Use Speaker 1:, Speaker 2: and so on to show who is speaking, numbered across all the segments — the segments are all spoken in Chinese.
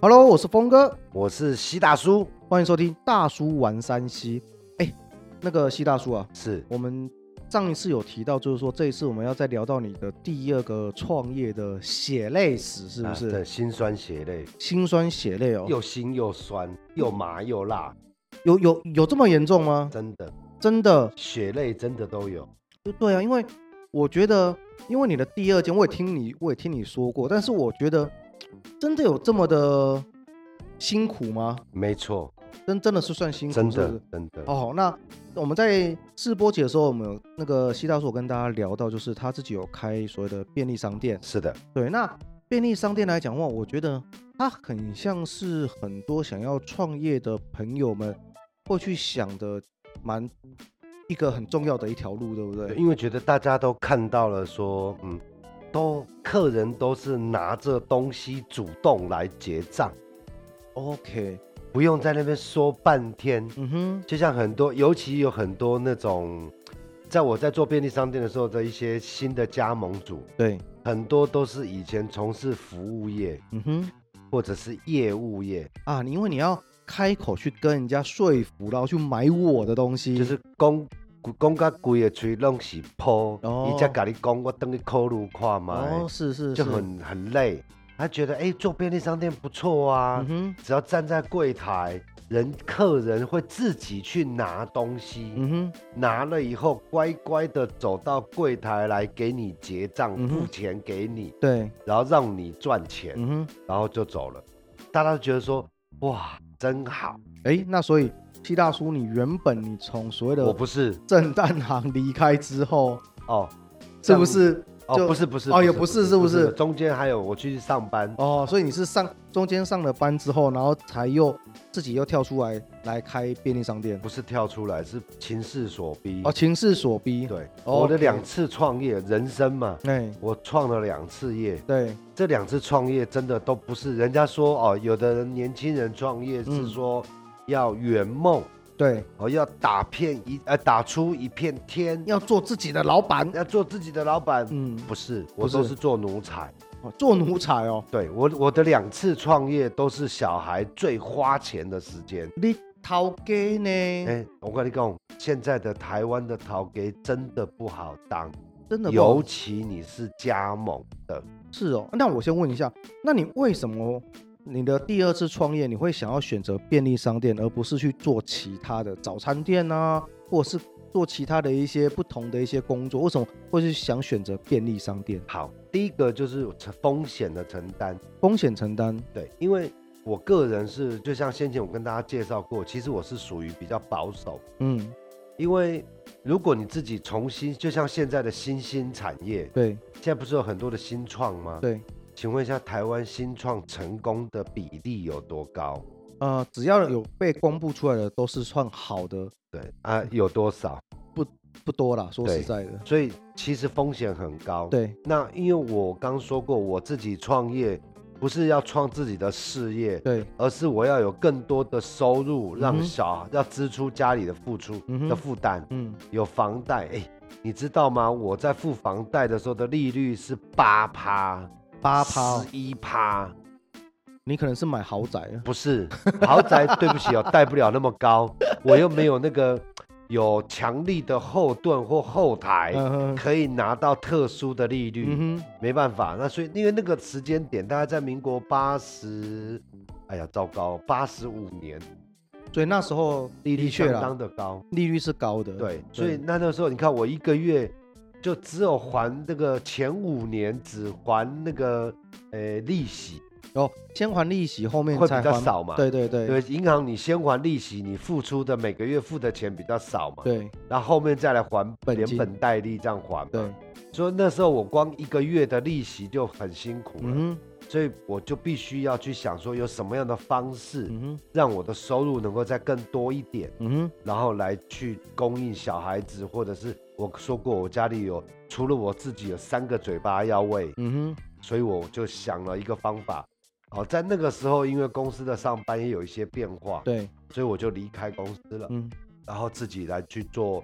Speaker 1: Hello，我是峰哥，
Speaker 2: 我是西大叔，
Speaker 1: 欢迎收听大叔玩山西。哎，那个西大叔啊，
Speaker 2: 是
Speaker 1: 我们上一次有提到，就是说这一次我们要再聊到你的第二个创业的血泪史，是不
Speaker 2: 啊
Speaker 1: 是？
Speaker 2: 对，辛酸血泪，
Speaker 1: 辛酸血泪哦，
Speaker 2: 又辛又酸，又麻又辣，
Speaker 1: 有有有这么严重吗？
Speaker 2: 真的
Speaker 1: 真的？
Speaker 2: 血泪真的都有。
Speaker 1: 对啊，因为我觉得，因为你的第二间，我也听你，我也听你说过，但是我觉得真的有这么的辛苦吗？
Speaker 2: 没错，
Speaker 1: 真真的是算辛苦，
Speaker 2: 真
Speaker 1: 是不
Speaker 2: 的
Speaker 1: 是？
Speaker 2: 真的，
Speaker 1: 哦，那我们在试播节的时候，我们有那个西大叔有跟大家聊到，就是他自己有开所谓的便利商店。
Speaker 2: 是的，
Speaker 1: 对，那便利商店来讲的话，我觉得它很像是很多想要创业的朋友们会去想的，蛮一个很重要的一条路，对不对？
Speaker 2: 因为觉得大家都看到了说，嗯，都客人都是拿着东西主动来结账，
Speaker 1: OK，
Speaker 2: 不用在那边说半天。
Speaker 1: 嗯哼，
Speaker 2: 就像很多，尤其有很多那种，在我在做便利商店的时候的一些新的加盟主，
Speaker 1: 对，
Speaker 2: 很多都是以前从事服务业
Speaker 1: 嗯哼，
Speaker 2: 或者是业务业，
Speaker 1: 啊，你因为你要开口去跟人家说服，然后去买我的东西，
Speaker 2: 就是讲讲到规个嘴拢是破，
Speaker 1: 哦
Speaker 2: 伊才甲你讲我等你考虑看嘛、
Speaker 1: 哦，是是是，
Speaker 2: 就很很累。他觉得哎、诶做便利商店不错啊，
Speaker 1: 嗯哼，
Speaker 2: 只要站在柜台，人客人会自己去拿东西，
Speaker 1: 嗯哼，
Speaker 2: 拿了以后乖乖的走到柜台来给你结账，
Speaker 1: 嗯哼
Speaker 2: 付钱给你，
Speaker 1: 对，
Speaker 2: 然后让你赚钱，
Speaker 1: 嗯哼。
Speaker 2: 然后就走了。大家都觉得说哇真好，
Speaker 1: 哎，那所以西大叔，你原本你从所谓
Speaker 2: 我
Speaker 1: 的
Speaker 2: 不是
Speaker 1: 正蛋行离开之后，
Speaker 2: 哦
Speaker 1: 是不是？就
Speaker 2: 哦不是不是
Speaker 1: 哦也不是是不是
Speaker 2: 中间还有我去上班，
Speaker 1: 哦，所以你是上中间上了班之后，然后才又自己又跳出来来开便利商店，
Speaker 2: 不是跳出来，是情势所逼
Speaker 1: 哦，。情势所逼，，
Speaker 2: 对，
Speaker 1: 哦
Speaker 2: 我
Speaker 1: OK
Speaker 2: 的两次创业，人生嘛，
Speaker 1: 哎，
Speaker 2: 我创了两次业，
Speaker 1: 对，
Speaker 2: 这两次创业真的都不是人家说哦，有的人年轻人创业
Speaker 1: 嗯
Speaker 2: 是说要圆梦。
Speaker 1: 对，
Speaker 2: 哦，要打片一呃，打出一片天，
Speaker 1: 要做自己的老板，
Speaker 2: 要做自己的老板。
Speaker 1: 嗯，
Speaker 2: 不是，
Speaker 1: 不
Speaker 2: 我
Speaker 1: 是
Speaker 2: 都是做奴才。
Speaker 1: 哦做奴才哦，
Speaker 2: 对我我的两次创业都是小孩最花钱的时间。
Speaker 1: 你头家
Speaker 2: 哎、
Speaker 1: 呢，
Speaker 2: 我跟你讲，现在的台湾的陶给真的不好当，
Speaker 1: 真的不好
Speaker 2: 尤其你是加盟的，
Speaker 1: 是哦，那我先问一下，那你为什么你的第二次创业你会想要选择便利商店，而不是去做其他的早餐店啊，或者是做其他的一些不同的一些工作？为什么会是想选择便利商店？
Speaker 2: 好，第一个就是承风险的承担，
Speaker 1: 风险承担，
Speaker 2: 对，因为我个人是就像先前我跟大家介绍过，其实我是属于比较保守。
Speaker 1: 嗯，
Speaker 2: 因为如果你自己重新，就像现在的新兴产业，
Speaker 1: 对
Speaker 2: 现在不是有很多的新创吗？
Speaker 1: 对，
Speaker 2: 请问一下，台湾新创成功的比例有多高？
Speaker 1: 呃，只要有被公布出来的都是算好的，
Speaker 2: 对啊，有多少？
Speaker 1: 不多啦，说
Speaker 2: 对
Speaker 1: 实在的，
Speaker 2: 所以其实风险很高。，
Speaker 1: 对，
Speaker 2: 那因为我刚说过，我自己创业不是要创自己的事业，
Speaker 1: 对，
Speaker 2: 而是我要有更多的收入，
Speaker 1: 嗯
Speaker 2: 让
Speaker 1: 哼
Speaker 2: 小、要支出家里的付出、
Speaker 1: 嗯哼
Speaker 2: 的负担。
Speaker 1: 嗯，
Speaker 2: 有房贷，哎、你知道吗？我在付房贷的时候的利率是八趴，
Speaker 1: 八趴哦，
Speaker 2: 十一趴，
Speaker 1: 你可能是买豪宅啊了，
Speaker 2: 不是豪宅。对不起哦，贷不了那么高，我又没有那个有强力的后盾或后台，
Speaker 1: 嗯哼
Speaker 2: 可以拿到特殊的利率，
Speaker 1: 嗯哼，
Speaker 2: 没办法。那所以因为那个时间点，大概在民国八十，哎呀，糟糕，八十五年，
Speaker 1: 所以那时候
Speaker 2: 利
Speaker 1: 的
Speaker 2: 率
Speaker 1: 确
Speaker 2: 相
Speaker 1: 啦
Speaker 2: 当，的高。
Speaker 1: 利率是高的，
Speaker 2: 对，所以那那时候你看，我一个月就只有还那个前五年只还那个呃利息，
Speaker 1: 哦，先还利息，后面
Speaker 2: 会
Speaker 1: 才
Speaker 2: 比较
Speaker 1: 还
Speaker 2: 少嘛
Speaker 1: 对对对
Speaker 2: 因为银行你先还利息，你付出的每个月付的钱比较少嘛，
Speaker 1: 对
Speaker 2: 然后后面再来还
Speaker 1: 本
Speaker 2: 连
Speaker 1: 金
Speaker 2: 本带利这样还嘛。
Speaker 1: 对，
Speaker 2: 所以那时候我光一个月的利息就很辛苦了，
Speaker 1: 嗯哼
Speaker 2: 所以我就必须要去想说有什么样的方式
Speaker 1: 嗯哼
Speaker 2: 让我的收入能够再更多一点。
Speaker 1: 嗯哼，
Speaker 2: 然后来去供应小孩子，或者是我说过，我家里有除了我自己有三个嘴巴要喂，
Speaker 1: 嗯哼，
Speaker 2: 所以我就想了一个方法。哦，在那个时候，因为公司的上班也有一些变化，
Speaker 1: 对，
Speaker 2: 所以我就离开公司了，
Speaker 1: 嗯。
Speaker 2: 然后自己来去做，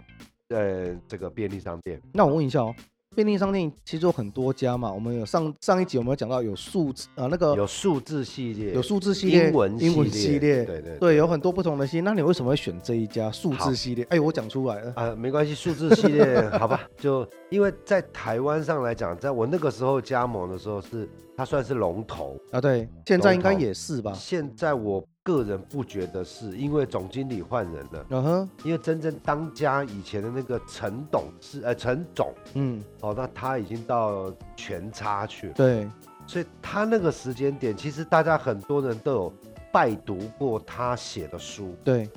Speaker 2: 呃，这个便利商店。
Speaker 1: 那我问一下哦，便利商店其实有很多家嘛，我们有上上一集我们有讲到有数字啊那个
Speaker 2: 有数字系列，
Speaker 1: 有数字系列、
Speaker 2: 英文
Speaker 1: 英文系列，
Speaker 2: 对对
Speaker 1: 对，有很多不同的系列。那你为什么会选这一家数
Speaker 2: 好
Speaker 1: 字系列？哎，我讲出来了，
Speaker 2: 啊，没关系，数字系列好吧，就因为在台湾上来讲，在我那个时候加盟的时候是它算是龙头，
Speaker 1: 啊，对，现在应该
Speaker 2: 龙头
Speaker 1: 也是吧？
Speaker 2: 现在我个人不觉得是因为总经理换人了，
Speaker 1: 嗯哼，
Speaker 2: 因为真正当家以前的那个陈董事呃陈总
Speaker 1: 嗯，
Speaker 2: 哦，那他已经到全差去了，
Speaker 1: 对，
Speaker 2: 所以他那个时间点，其实大家很多人都有拜读过他写的书，
Speaker 1: 对，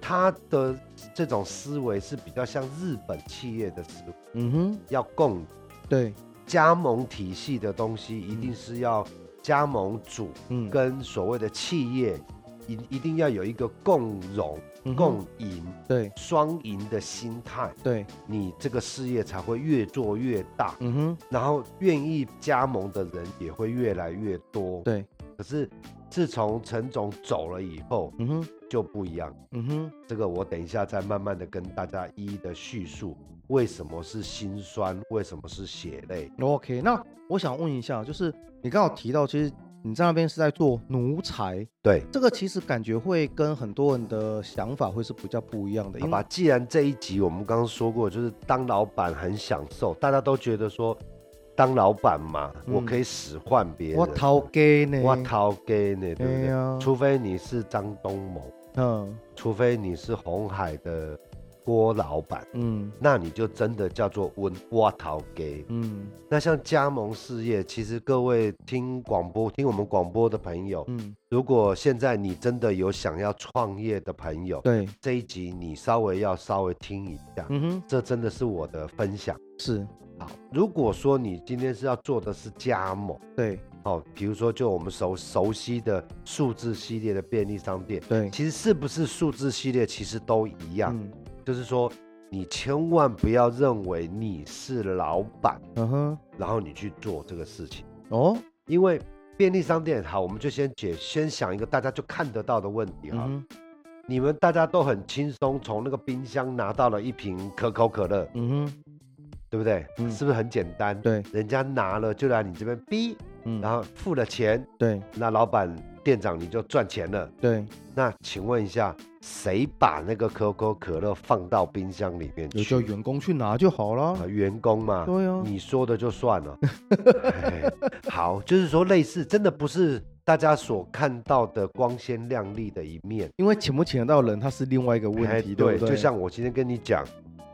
Speaker 2: 他的这种思维是比较像日本企业的思维，
Speaker 1: 嗯哼，
Speaker 2: 要共
Speaker 1: 对，
Speaker 2: 加盟体系的东西，一定是要加盟主
Speaker 1: 嗯，
Speaker 2: 跟所谓的企业一一定要有一个共荣、
Speaker 1: 嗯哼
Speaker 2: 共赢、
Speaker 1: 对
Speaker 2: 双赢的心态，
Speaker 1: 对，
Speaker 2: 你这个事业才会越做越大，
Speaker 1: 嗯哼，
Speaker 2: 然后愿意加盟的人也会越来越多。
Speaker 1: 对，
Speaker 2: 可是自从陈总走了以后
Speaker 1: 嗯哼，
Speaker 2: 就不一样，
Speaker 1: 嗯哼，
Speaker 2: 这个我等一下再慢慢的跟大家一一的叙述，为什么是心酸，为什么是血泪。
Speaker 1: OK，那我想问一下，就是你刚好提到，其实你在那边是在做奴才，
Speaker 2: 对，
Speaker 1: 这个其实感觉会跟很多人的想法会是比较不一样的，
Speaker 2: 好
Speaker 1: 因
Speaker 2: 吧，
Speaker 1: 为
Speaker 2: 既然这一集我们刚刚说过，就是当老板很享受，大家都觉得说当老板嘛，
Speaker 1: 嗯
Speaker 2: 我可以使唤别人，
Speaker 1: 我掏给呢，
Speaker 2: 我，掏给你，对不
Speaker 1: 哎
Speaker 2: 对？
Speaker 1: 呀
Speaker 2: 除非你是张东谋，
Speaker 1: 嗯
Speaker 2: 除非你是红海的郭老板，
Speaker 1: 嗯
Speaker 2: 那你就真的叫做温我掏给。
Speaker 1: 嗯
Speaker 2: 那像加盟事业，其实各位听广播、听我们广播的朋友，
Speaker 1: 嗯，
Speaker 2: 如果现在你真的有想要创业的朋友，
Speaker 1: 对，
Speaker 2: 这一集你稍微要稍微听一下。
Speaker 1: 嗯哼，
Speaker 2: 这真的是我的分享。
Speaker 1: 是，
Speaker 2: 好，如果说你今天是要做的是加盟，
Speaker 1: 对
Speaker 2: 哦，比如说就我们熟熟悉的数字系列的便利商店，
Speaker 1: 对，
Speaker 2: 其实是不是数字系列其实都一样，
Speaker 1: 嗯
Speaker 2: 就是说你千万不要认为你是老板，
Speaker 1: 嗯哼，
Speaker 2: 然后你去做这个事情，
Speaker 1: 哦，
Speaker 2: 因为便利商店好，我们就先解先想一个大家就看得到的问题
Speaker 1: 嗯
Speaker 2: 哈，
Speaker 1: 哼，
Speaker 2: 你们大家都很轻松从那个冰箱拿到了一瓶可口可乐，
Speaker 1: 嗯哼，
Speaker 2: 对不对？
Speaker 1: 嗯
Speaker 2: 是不是很简单？
Speaker 1: 对，
Speaker 2: 人家拿了就来你这边逼，
Speaker 1: 嗯，
Speaker 2: 然后付了钱，
Speaker 1: 对
Speaker 2: 那老板店长你就赚钱了。
Speaker 1: 对，
Speaker 2: 那请问一下，谁把那个可口可乐放到冰箱里面
Speaker 1: 有
Speaker 2: 去？
Speaker 1: 叫员工去拿就好
Speaker 2: 啊、
Speaker 1: 了，
Speaker 2: 员工嘛，
Speaker 1: 对啊
Speaker 2: 你说的就算 了。嘿好，就是说类似，真的不是大家所看到的光鲜亮丽的一面。
Speaker 1: 因为请不请得到人，他是另外一个
Speaker 2: 哎
Speaker 1: 问题，
Speaker 2: 对，
Speaker 1: 不对？
Speaker 2: 就像我今天跟你讲，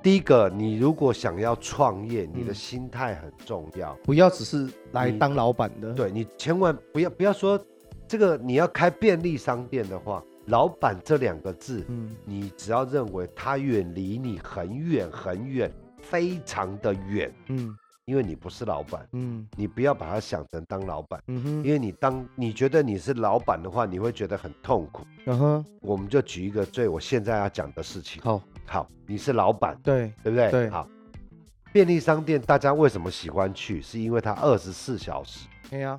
Speaker 2: 第一个，你如果想要创业，你的
Speaker 1: 嗯
Speaker 2: 心态很重要。
Speaker 1: 不要只是来
Speaker 2: 你
Speaker 1: 当老板的，
Speaker 2: 对你千万不要不要说这个，你要开便利商店的话，老板这两个字，
Speaker 1: 嗯，
Speaker 2: 你只要认为他远离你很远很远，非常的远，
Speaker 1: 嗯
Speaker 2: 因为你不是老板，
Speaker 1: 嗯
Speaker 2: 你不要把它想成当老板，
Speaker 1: 嗯哼，
Speaker 2: 因为你当你觉得你是老板的话，你会觉得很痛苦。
Speaker 1: 然后
Speaker 2: 我们就举一个最我现在要讲的事情，
Speaker 1: 好，
Speaker 2: 好，你是老板，
Speaker 1: 对
Speaker 2: 对不对？
Speaker 1: 对
Speaker 2: 好。便利商店大家为什么喜欢去？是因为它二十四小时。
Speaker 1: 哎呀，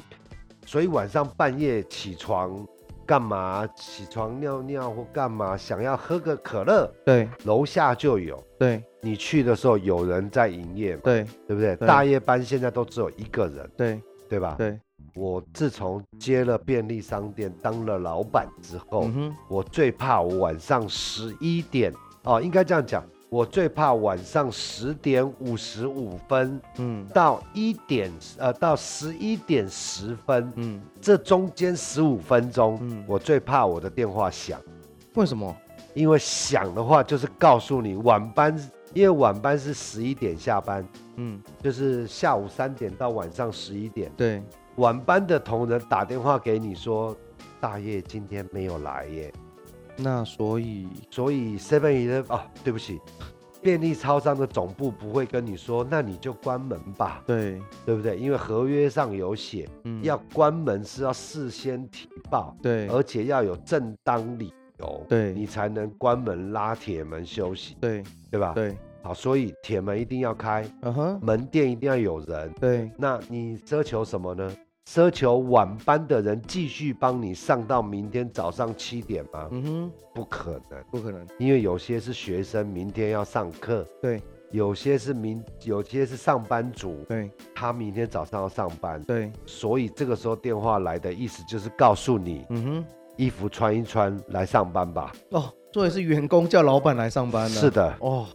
Speaker 2: 所以晚上半夜起床干嘛？起床尿尿或干嘛？想要喝个可乐，
Speaker 1: 对
Speaker 2: 楼下就有。
Speaker 1: 对
Speaker 2: 你去的时候有人在营业嘛，
Speaker 1: 对
Speaker 2: 对不对？
Speaker 1: 对
Speaker 2: 大夜班现在都只有一个人，
Speaker 1: 对
Speaker 2: 对吧？
Speaker 1: 对，
Speaker 2: 我自从接了便利商店当了老板之后，
Speaker 1: 嗯哼，
Speaker 2: 我最怕我晚上十一点哦，应该这样讲，我最怕晚上十点五十五分
Speaker 1: 嗯
Speaker 2: 到一点呃到十一点十分，
Speaker 1: 嗯，
Speaker 2: 这中间十五分钟，
Speaker 1: 嗯
Speaker 2: 我最怕我的电话响，
Speaker 1: 为什么？
Speaker 2: 因为响的话就是告诉你晚班，因为晚班是十一点下班，
Speaker 1: 嗯，
Speaker 2: 就是下午三点到晚上十一点，
Speaker 1: 对，
Speaker 2: 晚班的同仁打电话给你说，大爷今天没有来耶，
Speaker 1: 那所以，
Speaker 2: 所以 Seven Eleven 哦，对不起。便利超商的总部不会跟你说，那你就关门吧，
Speaker 1: 对，
Speaker 2: 对不对？因为合约上有写，
Speaker 1: 嗯，
Speaker 2: 要关门是要事先提报，
Speaker 1: 对
Speaker 2: 而且要有正当理由，
Speaker 1: 对
Speaker 2: 你才能关门拉铁门休息，
Speaker 1: 对
Speaker 2: 对吧？，
Speaker 1: 对，
Speaker 2: 好，所以铁门一定要开，
Speaker 1: 嗯哼，
Speaker 2: 门店一定要有人。
Speaker 1: 对
Speaker 2: 那你奢求什么呢？奢求晚班的人继续帮你上到明天早上七点吗？
Speaker 1: 嗯哼，
Speaker 2: 不可能，
Speaker 1: 不可能，
Speaker 2: 因为有些是学生，明天要上课，
Speaker 1: 对
Speaker 2: 有些是民，有些是上班族，
Speaker 1: 对
Speaker 2: 他明天早上要上班，
Speaker 1: 对，
Speaker 2: 所以这个时候电话来的意思就是告诉你，
Speaker 1: 嗯
Speaker 2: 衣服穿一穿来上班吧。
Speaker 1: 哼，哦，这也是员工叫老板来上班了。
Speaker 2: 是，的，
Speaker 1: 哦，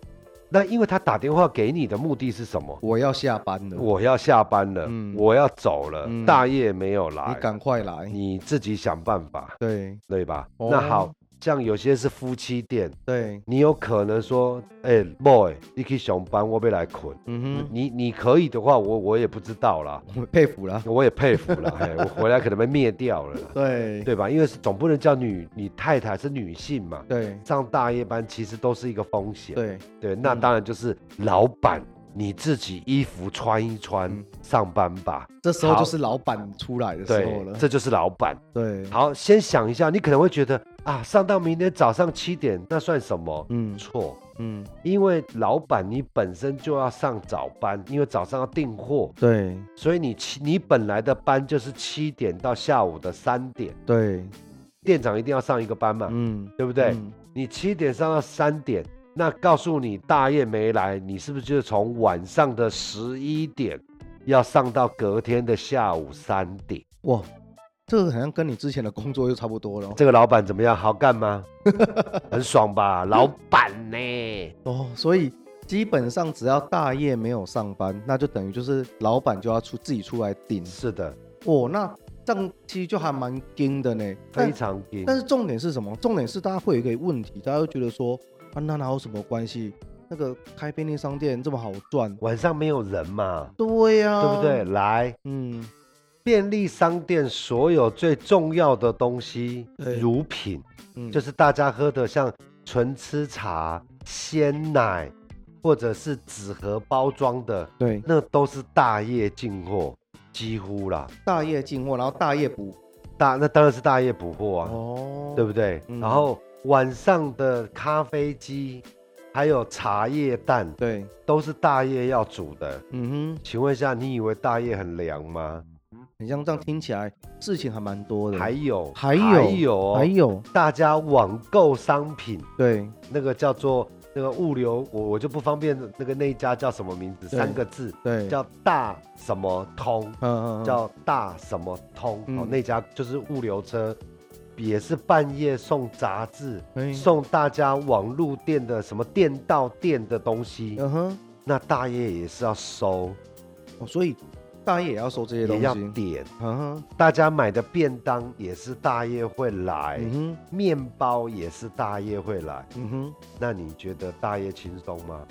Speaker 2: 那因为他打电话给你的目的是什么？
Speaker 1: 我要下班了，
Speaker 2: 我要下班了，
Speaker 1: 嗯
Speaker 2: 我要走了，
Speaker 1: 嗯
Speaker 2: 大夜没有
Speaker 1: 你
Speaker 2: 来，
Speaker 1: 赶快来。
Speaker 2: 你自己想办法，
Speaker 1: 对
Speaker 2: 对吧？
Speaker 1: 哦
Speaker 2: 那好像有些是夫妻店，
Speaker 1: 对，
Speaker 2: 你有可能说，哎、b o y 你去上班，我要来困。
Speaker 1: 嗯
Speaker 2: 你你可以的话，我我也不知道啦，
Speaker 1: 哼，我佩服了。
Speaker 2: 我也佩服 了，嘿，我回来可能被灭掉了啦，
Speaker 1: 对
Speaker 2: 对吧？因为总不能叫女你太太是女性嘛，
Speaker 1: 对
Speaker 2: 上大夜班其实都是一个风险。
Speaker 1: 对，
Speaker 2: 对，那
Speaker 1: 嗯
Speaker 2: 当然就是老板你自己衣服穿一穿，
Speaker 1: 嗯
Speaker 2: 上班吧。
Speaker 1: 这时候
Speaker 2: 好
Speaker 1: 就是老板出来的时候
Speaker 2: 对，
Speaker 1: 了。
Speaker 2: 这就是老板。
Speaker 1: 对，
Speaker 2: 好，先想一下，你可能会觉得啊，上到明天早上七点，那算什么？
Speaker 1: 嗯
Speaker 2: 错，
Speaker 1: 嗯，
Speaker 2: 因为老板你本身就要上早班，因为早上要订货，
Speaker 1: 对嗯
Speaker 2: 所以你七你本来的班就是七点到下午的三点，
Speaker 1: 对，
Speaker 2: 店长一定要上一个班嘛，
Speaker 1: 嗯，
Speaker 2: 对不对？
Speaker 1: 嗯
Speaker 2: 你七点上到三点，那告诉你大雁没来，你是不是就是从晚上的十一点要上到隔天的下午三点？
Speaker 1: 哇，这个好像跟你之前的工作又差不多了哦。
Speaker 2: 这个老板怎么样？好干 吗？很爽吧，老板呢、
Speaker 1: 哦，所以基本上只要大业没有上班，那就等于就是老板就要出自己出来顶。
Speaker 2: 是的，
Speaker 1: 哦，那这样其实就还蛮硬的呢。
Speaker 2: 非
Speaker 1: 但
Speaker 2: 常硬。
Speaker 1: 但是重点是什么？重点是大家会有一个问题，大家会觉得说啊，那哪有什么关系？那个开便利商店这么好赚？
Speaker 2: 晚上没有人嘛，
Speaker 1: 对呀、
Speaker 2: 对不对？？来，
Speaker 1: 嗯，
Speaker 2: 便利商店所有最重要的东西，
Speaker 1: 对
Speaker 2: 乳品，
Speaker 1: 嗯
Speaker 2: 就是大家喝的像纯吃茶、鲜奶，或者是纸盒包装的，
Speaker 1: 对
Speaker 2: 那都是大业进货，几乎啦。
Speaker 1: 大业进货，然后大业补
Speaker 2: 大那当然是大业补货啊，
Speaker 1: 哦，
Speaker 2: 对不对？
Speaker 1: 嗯
Speaker 2: 然后晚上的咖啡机，还有茶叶蛋，
Speaker 1: 对？
Speaker 2: 都是大业要煮的。
Speaker 1: 嗯哼，
Speaker 2: 请问一下，你以为大业很凉吗？
Speaker 1: 很像这样听起来事情还蛮多的，
Speaker 2: 还有，
Speaker 1: 还有
Speaker 2: 还有哦，
Speaker 1: 还有
Speaker 2: 大家网购商品
Speaker 1: 对
Speaker 2: 那个叫做那个物流，我我就不方便那个那一家叫什么名字，
Speaker 1: 对
Speaker 2: 三个字
Speaker 1: 对，
Speaker 2: 叫大什么通，
Speaker 1: 嗯嗯嗯
Speaker 2: 叫大什么通、
Speaker 1: 嗯
Speaker 2: 哦，那家就是物流车，也是半夜送杂志，
Speaker 1: 哎
Speaker 2: 送大家网路店的什么店到店的东西，
Speaker 1: 嗯哼。
Speaker 2: 那大业也是要收，
Speaker 1: 哦，所以大业也要收这些东
Speaker 2: 也要
Speaker 1: 西。
Speaker 2: 点，
Speaker 1: 嗯哼，
Speaker 2: 大家买的便当也是大业会来，
Speaker 1: 嗯哼，
Speaker 2: 面包也是大业会来，
Speaker 1: 嗯哼，
Speaker 2: 那你觉得大业轻松吗？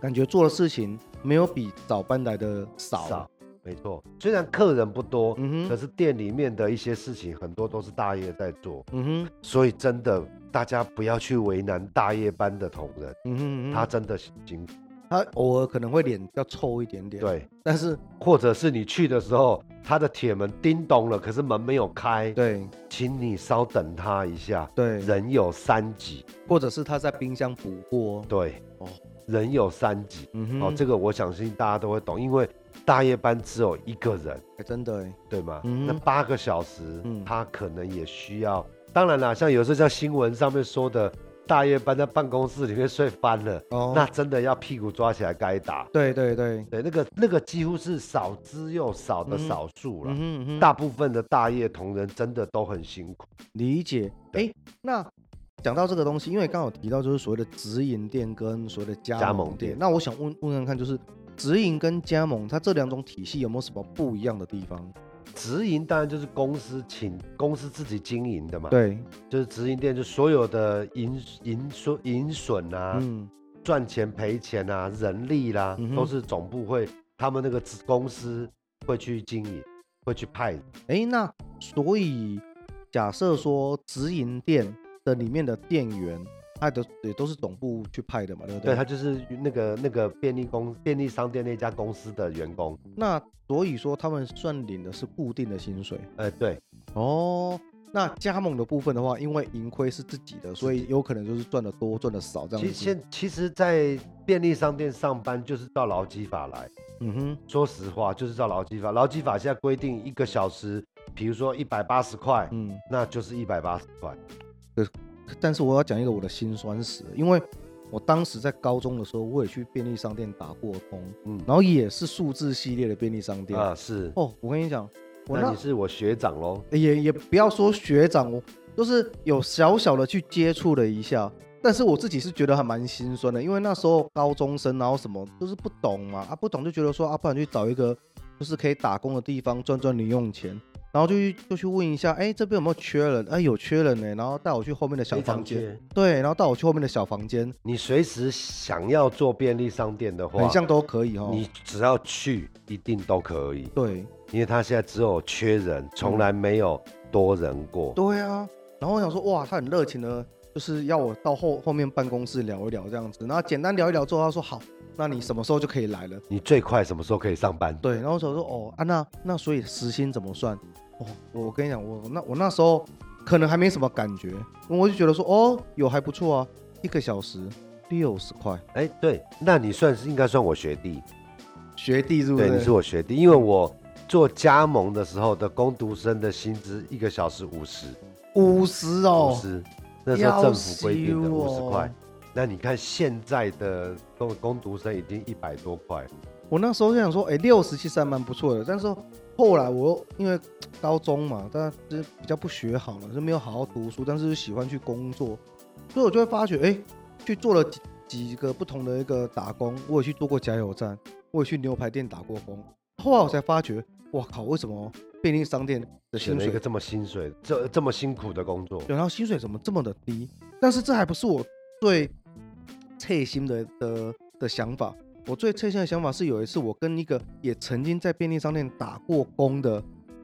Speaker 1: 感觉做的事情没有比早班来的少。
Speaker 2: 少，没错。虽然客人不多，
Speaker 1: 嗯
Speaker 2: 可
Speaker 1: 哼，
Speaker 2: 是店里面的一些事情很多都是大业在做，
Speaker 1: 嗯哼，
Speaker 2: 所以真的大家不要去为难大夜班的同仁，
Speaker 1: 嗯哼，嗯哼
Speaker 2: 他真的辛苦。
Speaker 1: 他偶尔可能会脸要臭一点点，，
Speaker 2: 对，
Speaker 1: 但是
Speaker 2: 或者是你去的时候，他的铁门叮咚了，可是门没有开，
Speaker 1: 对
Speaker 2: 请你稍等他一下。
Speaker 1: 对，
Speaker 2: 人有三急，
Speaker 1: 或者是他在冰箱补锅，
Speaker 2: 对，
Speaker 1: 哦
Speaker 2: 人有三急。
Speaker 1: 嗯哼，
Speaker 2: 哦，这个我相信大家都会懂，因为大夜班只有一个人。
Speaker 1: 哎真的哎，
Speaker 2: 对吗？
Speaker 1: 嗯
Speaker 2: 那八个小时，
Speaker 1: 嗯
Speaker 2: 他可能也需要。当然啦，像有时候像新闻上面说的，大夜班在办公室里面睡翻了，
Speaker 1: 哦，
Speaker 2: 那真的要屁股抓起来该打。
Speaker 1: 对对对，
Speaker 2: 对，那个那个几乎是少之又少的
Speaker 1: 嗯
Speaker 2: 少数了。
Speaker 1: 嗯哼嗯哼，
Speaker 2: 大部分的大夜同仁真的都很辛苦，
Speaker 1: 理解。哎、那讲到这个东西，因为刚好提到就是所谓的直营店跟所谓的加
Speaker 2: 加
Speaker 1: 盟
Speaker 2: 盟
Speaker 1: 店，
Speaker 2: 店
Speaker 1: 那我想问问看看，就是直营跟加盟，它这两种体系有没有什么不一样的地方？
Speaker 2: 直营当然就是公司请公司自己经营的嘛，，
Speaker 1: 对，
Speaker 2: 就是直营店就所有的营营损营损啊，
Speaker 1: 嗯，
Speaker 2: 赚钱赔钱啊，人力啦、
Speaker 1: 嗯哼
Speaker 2: 都是总部会他们那个子公司会去经营，会去派。
Speaker 1: 哎、那所以假设说直营店的里面的店员，他的也都是总部去派的嘛，对不
Speaker 2: 对
Speaker 1: 对？
Speaker 2: 他就是那个那个便利公便利商店那家公司的员工。
Speaker 1: 那所以说他们算领的是固定的薪水
Speaker 2: 呃，对，
Speaker 1: 哦。那加盟的部分的话，因为盈亏是自己的，所以有可能就是赚的多，赚的少这样
Speaker 2: 其
Speaker 1: 子。
Speaker 2: 实现其实，在便利商店上班就是照劳基法来，
Speaker 1: 嗯哼，
Speaker 2: 说实话就是照劳基法。劳基法现在规定一个小时，比如说一百八十块，
Speaker 1: 嗯，
Speaker 2: 那就是一百八十块。
Speaker 1: 但是我要讲一个我的辛酸史，因为我当时在高中的时候，我也去便利商店打过工，
Speaker 2: 嗯
Speaker 1: 然后也是数字系列的便利商店。
Speaker 2: 啊是，
Speaker 1: 哦，我跟你讲，我
Speaker 2: 那
Speaker 1: 那
Speaker 2: 你是我学长喽，
Speaker 1: 也也不要说学长，我就是有小小的去接触了一下，但是我自己是觉得还蛮心酸的，因为那时候高中生，然后什么就是不懂嘛，啊不懂就觉得说啊，不然去找一个就是可以打工的地方赚赚零用钱，然后就去就去问一下，哎这边有没有缺人？哎有缺人呢、然后带我去后面的小
Speaker 2: 非常
Speaker 1: 房间，
Speaker 2: 缺，
Speaker 1: 对，然后带我去后面的小房间，
Speaker 2: 你随时想要做便利商店的话
Speaker 1: 很，像都可以哦。
Speaker 2: 你只要去一定都可以，
Speaker 1: 对
Speaker 2: 因为他现在只有缺人，从来没有多人过。
Speaker 1: 对啊，然后我想说，哇，他很热情的，就是要我到后后面办公室聊一聊这样子。然后简单聊一聊之后，他说好，那你什么时候就可以来了？
Speaker 2: 你最快什么时候可以上班？
Speaker 1: 对，然后我想说，哦啊，那那所以时薪怎么算？哦，我跟你讲，我那我那时候可能还没什么感觉，我就觉得说，哦，有还不错啊，一个小时六十块，
Speaker 2: 哎、对，那你算是应该算我学弟，
Speaker 1: 学弟是不
Speaker 2: 对，你
Speaker 1: 是？
Speaker 2: 是我学弟，因为我做加盟的时候的工读生的薪资一个小时五十，
Speaker 1: 五十哦
Speaker 2: 五，十，那时候政府规定的
Speaker 1: 要
Speaker 2: 五
Speaker 1: 死
Speaker 2: 十
Speaker 1: 哦
Speaker 2: 块。那你看现在的工工读生已经一百多块，
Speaker 1: 我那时候就想说，哎、6六十其实还蛮不错的。但是后来我又因为高中嘛，但是比较不学好了，就没有好好读书，但是就喜欢去工作，所以我就会发觉，哎、去做了几几个不同的一个打工，我也去做过加油站，我也去牛排店打过工。后来我才发觉，哇靠，为什么便利商店的薪
Speaker 2: 选了
Speaker 1: 水
Speaker 2: 一个，这么薪水、这这么辛苦的工作，
Speaker 1: 然后薪水怎么这么的低？但是这还不是我最刺心的的的想法。我最刺心的想法是，有一次我跟一个也曾经在便利商店打过工的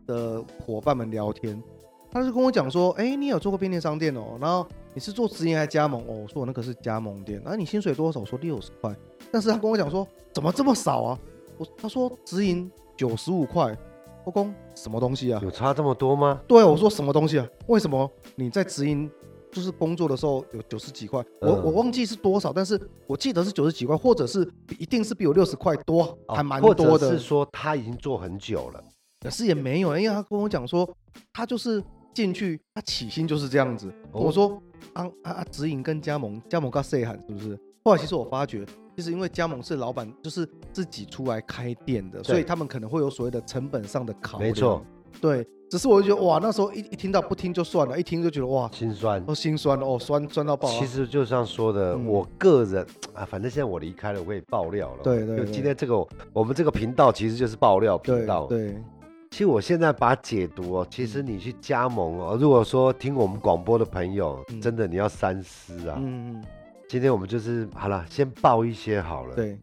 Speaker 1: 的伙伴们聊天，他就跟我讲说：“哎、你有做过便利商店哦？然后你是做直营还是加盟？”哦，我说我那个是加盟店。然后你薪水多少？我说六十块。但是他跟我讲说：“怎么这么少啊？”我他说直营九十五块。我公什么东西啊？
Speaker 2: 有差这么多吗？
Speaker 1: 对，我说什么东西啊？为什么你在直营就是工作的时候有九十几块？我、
Speaker 2: 嗯
Speaker 1: 我忘记是多少，但是我记得是九十几块，或者是比一定是比我六十块多，
Speaker 2: 哦
Speaker 1: 还蛮多
Speaker 2: 或
Speaker 1: 的。
Speaker 2: 者是说他已经做很久了，
Speaker 1: 可是也没有，因为他跟我讲说，他就是进去，他起薪就是这样子。
Speaker 2: 哦
Speaker 1: 我说啊啊啊，直营跟加盟，加盟跟谁喊是不是？后来其实我发觉，其实因为加盟是老板就是自己出来开店的，所以他们可能会有所谓的成本上的考量。
Speaker 2: 没错，
Speaker 1: 对。只是我就觉得哇，那时候一一听到不听就算了，一听就觉得哇，
Speaker 2: 心酸。
Speaker 1: 都心酸了哦，酸酸到爆、啊。
Speaker 2: 其实就像说的，
Speaker 1: 嗯
Speaker 2: 我个人啊，反正现在我离开了，我也爆料了。
Speaker 1: 对对
Speaker 2: 就
Speaker 1: 对
Speaker 2: 今天这个我我们这个频道其实就是爆料频
Speaker 1: 对
Speaker 2: 道。，
Speaker 1: 对，嗯
Speaker 2: 其实我现在把解读哦，其实你去加盟哦，如果说听我们广播的朋友，
Speaker 1: 嗯
Speaker 2: 真的你要三思啊。
Speaker 1: 嗯嗯，
Speaker 2: 今天我们就是好了，先报一些好了。，
Speaker 1: 对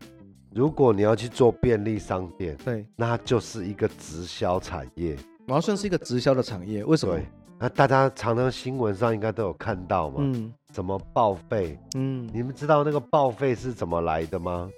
Speaker 2: 如果你要去做便利商店，
Speaker 1: 对，
Speaker 2: 那它就是一个直销产业。
Speaker 1: 然后算是一个直销的产业，为什么
Speaker 2: 对？，那大家常常新闻上应该都有看到嘛，
Speaker 1: 嗯
Speaker 2: 怎么报废？
Speaker 1: 嗯，
Speaker 2: 你们知道那个报废是怎么来的吗？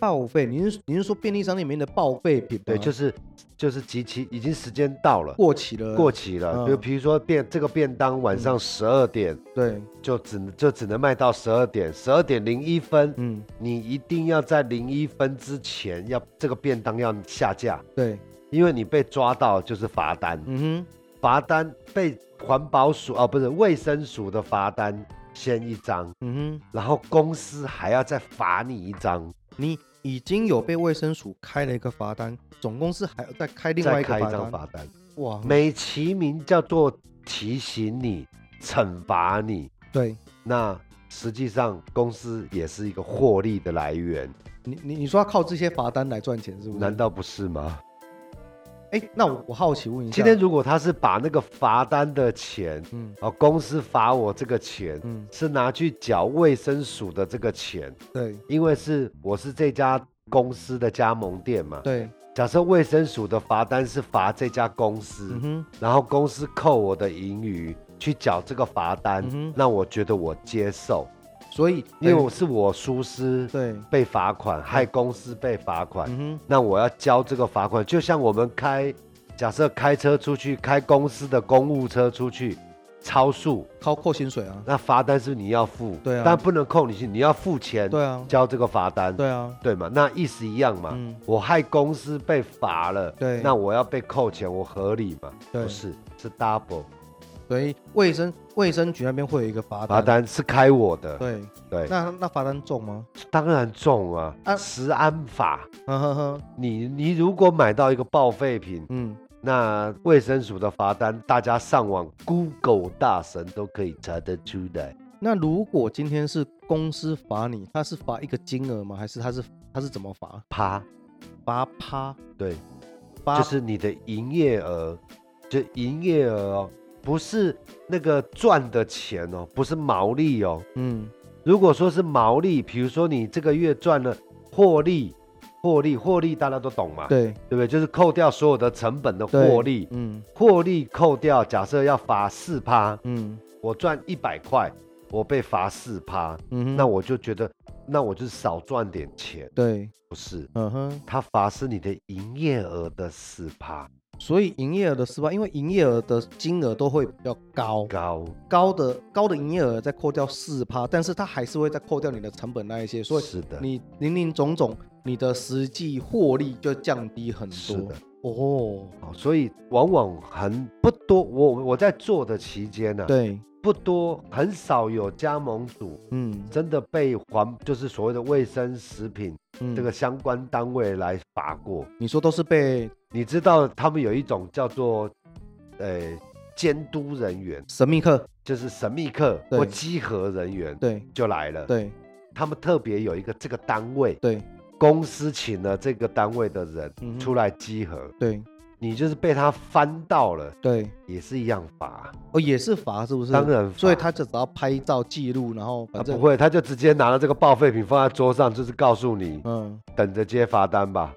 Speaker 1: 报废，您是您是说便利商店里面的报废品吗？
Speaker 2: 对，就是就是集齐已经时间到了，
Speaker 1: 啊过期了，
Speaker 2: 过期了。
Speaker 1: 嗯
Speaker 2: 就比如说便这个便当晚上十二点
Speaker 1: 对，
Speaker 2: 就只能就只能卖到十二点，十二点零一分，
Speaker 1: 嗯
Speaker 2: 你一定要在零一分之前要这个便当要下架，
Speaker 1: 对，
Speaker 2: 因为你被抓到就是罚单，
Speaker 1: 嗯
Speaker 2: 罚单被环保署啊不是卫生署的罚单先一张，
Speaker 1: 哼嗯
Speaker 2: 然后公司还要再罚你一张，
Speaker 1: 哼，你已经有被卫生署开了一个罚单，总公司还要再开另外
Speaker 2: 再
Speaker 1: 一个
Speaker 2: 开一
Speaker 1: 罚
Speaker 2: 张
Speaker 1: 单，
Speaker 2: 罚单。
Speaker 1: 哇，
Speaker 2: 美其名叫做提醒你、惩罚你，
Speaker 1: 对
Speaker 2: 那实际上公司也是一个获利的来源，
Speaker 1: 你你你说要靠这些罚单来赚钱是不是？
Speaker 2: 难道不是吗？
Speaker 1: 嗯哎，那我我好奇问一下，
Speaker 2: 今天如果他是把那个罚单的钱，
Speaker 1: 嗯
Speaker 2: 哦，公司罚我这个钱，
Speaker 1: 嗯
Speaker 2: 是拿去缴卫生署的这个钱，
Speaker 1: 对
Speaker 2: 因为是我是这家公司的加盟店嘛。
Speaker 1: 对，
Speaker 2: 假设卫生署的罚单是罚这家公司，
Speaker 1: 嗯哼
Speaker 2: 然后公司扣我的盈余去缴这个罚单，
Speaker 1: 嗯哼
Speaker 2: 那我觉得我接受，，
Speaker 1: 所以
Speaker 2: 因为我是我疏失
Speaker 1: 对，
Speaker 2: 被罚款，害公司被罚款，
Speaker 1: 嗯哼
Speaker 2: 那我要交这个罚款。就像我们开，假设开车出去，开公司的公务车出去，超速，
Speaker 1: 靠扣薪水啊，
Speaker 2: 那罚单是不是你要付，
Speaker 1: 对啊
Speaker 2: 但不能扣你薪，你要付钱
Speaker 1: 对啊
Speaker 2: 交这个罚单，
Speaker 1: 对啊，
Speaker 2: 对嘛？那意思一样嘛。
Speaker 1: 嗯
Speaker 2: 我害公司被罚了，
Speaker 1: 对
Speaker 2: 那我要被扣钱，我合理嘛？
Speaker 1: 对
Speaker 2: 不是，是 double。
Speaker 1: 所以卫生卫生局那边会有一个罚
Speaker 2: 罚
Speaker 1: 单。
Speaker 2: 单啊是开我的，
Speaker 1: 对，
Speaker 2: 对，
Speaker 1: 那那罚单重吗？
Speaker 2: 当然重啊
Speaker 1: 啊，
Speaker 2: 食安法。
Speaker 1: 呵呵呵，
Speaker 2: 你你如果买到一个报废品，
Speaker 1: 嗯，
Speaker 2: 那卫生署的罚单，大家上网 Google 大神都可以查得出来。
Speaker 1: 那如果今天是公司罚你，他是罚一个金额吗？还是他是他是怎么罚？
Speaker 2: 啪，
Speaker 1: 罚趴？
Speaker 2: 对，
Speaker 1: 罚
Speaker 2: 就是你的营业额，就营业额哦，不是那个赚的钱哦，不是毛利哦。
Speaker 1: 嗯
Speaker 2: 如果说是毛利，比如说你这个月赚了获利，获利，获利大家都懂嘛，
Speaker 1: 对
Speaker 2: 对不对？就是扣掉所有的成本的
Speaker 1: 对
Speaker 2: 获利，
Speaker 1: 嗯
Speaker 2: 获利扣掉，假设要罚四趴，
Speaker 1: 嗯
Speaker 2: 我赚一百块，我被罚四趴，
Speaker 1: 嗯哼，
Speaker 2: 那我就觉得，那我就少赚点钱，
Speaker 1: 对，
Speaker 2: 不是？
Speaker 1: 嗯哼，
Speaker 2: 他罚是你的营业额的四趴
Speaker 1: 所以营业额的失败，因为营业额的金额都会比较高，
Speaker 2: 高，
Speaker 1: 高的高的营业额再扣掉四趴，但是它还是会再扣掉你的成本那一些，所以
Speaker 2: 是的，
Speaker 1: 你零零总总，你的实际获利就降低很多。
Speaker 2: 是的，
Speaker 1: 哦，
Speaker 2: 哦，所以往往很不多。我我在做的期间呢、
Speaker 1: 对，
Speaker 2: 不多，很少有加盟主
Speaker 1: 嗯，
Speaker 2: 真的被环，就是所谓的卫生食品
Speaker 1: 嗯
Speaker 2: 这个相关单位来罚过。
Speaker 1: 你说都是被
Speaker 2: 你知道他们有一种叫做，呃，监督人员，
Speaker 1: 神秘客，
Speaker 2: 就是神秘客
Speaker 1: 对
Speaker 2: 或稽核人员
Speaker 1: 对
Speaker 2: 就来了。
Speaker 1: 对
Speaker 2: 他们特别有一个这个单位，
Speaker 1: 对
Speaker 2: 公司请了这个单位的人
Speaker 1: 嗯哼
Speaker 2: 出来稽核，
Speaker 1: 对
Speaker 2: 你就是被他翻到了，
Speaker 1: 对，
Speaker 2: 也是一样罚。
Speaker 1: 哦，也是罚是不是？
Speaker 2: 当，然罚，
Speaker 1: 所以他就只要拍照记录，然后
Speaker 2: 他
Speaker 1: 反正
Speaker 2: 啊不，会，他就直接拿了这个报废品放在桌上，就是告诉你
Speaker 1: 嗯，哦
Speaker 2: 等着接罚单吧。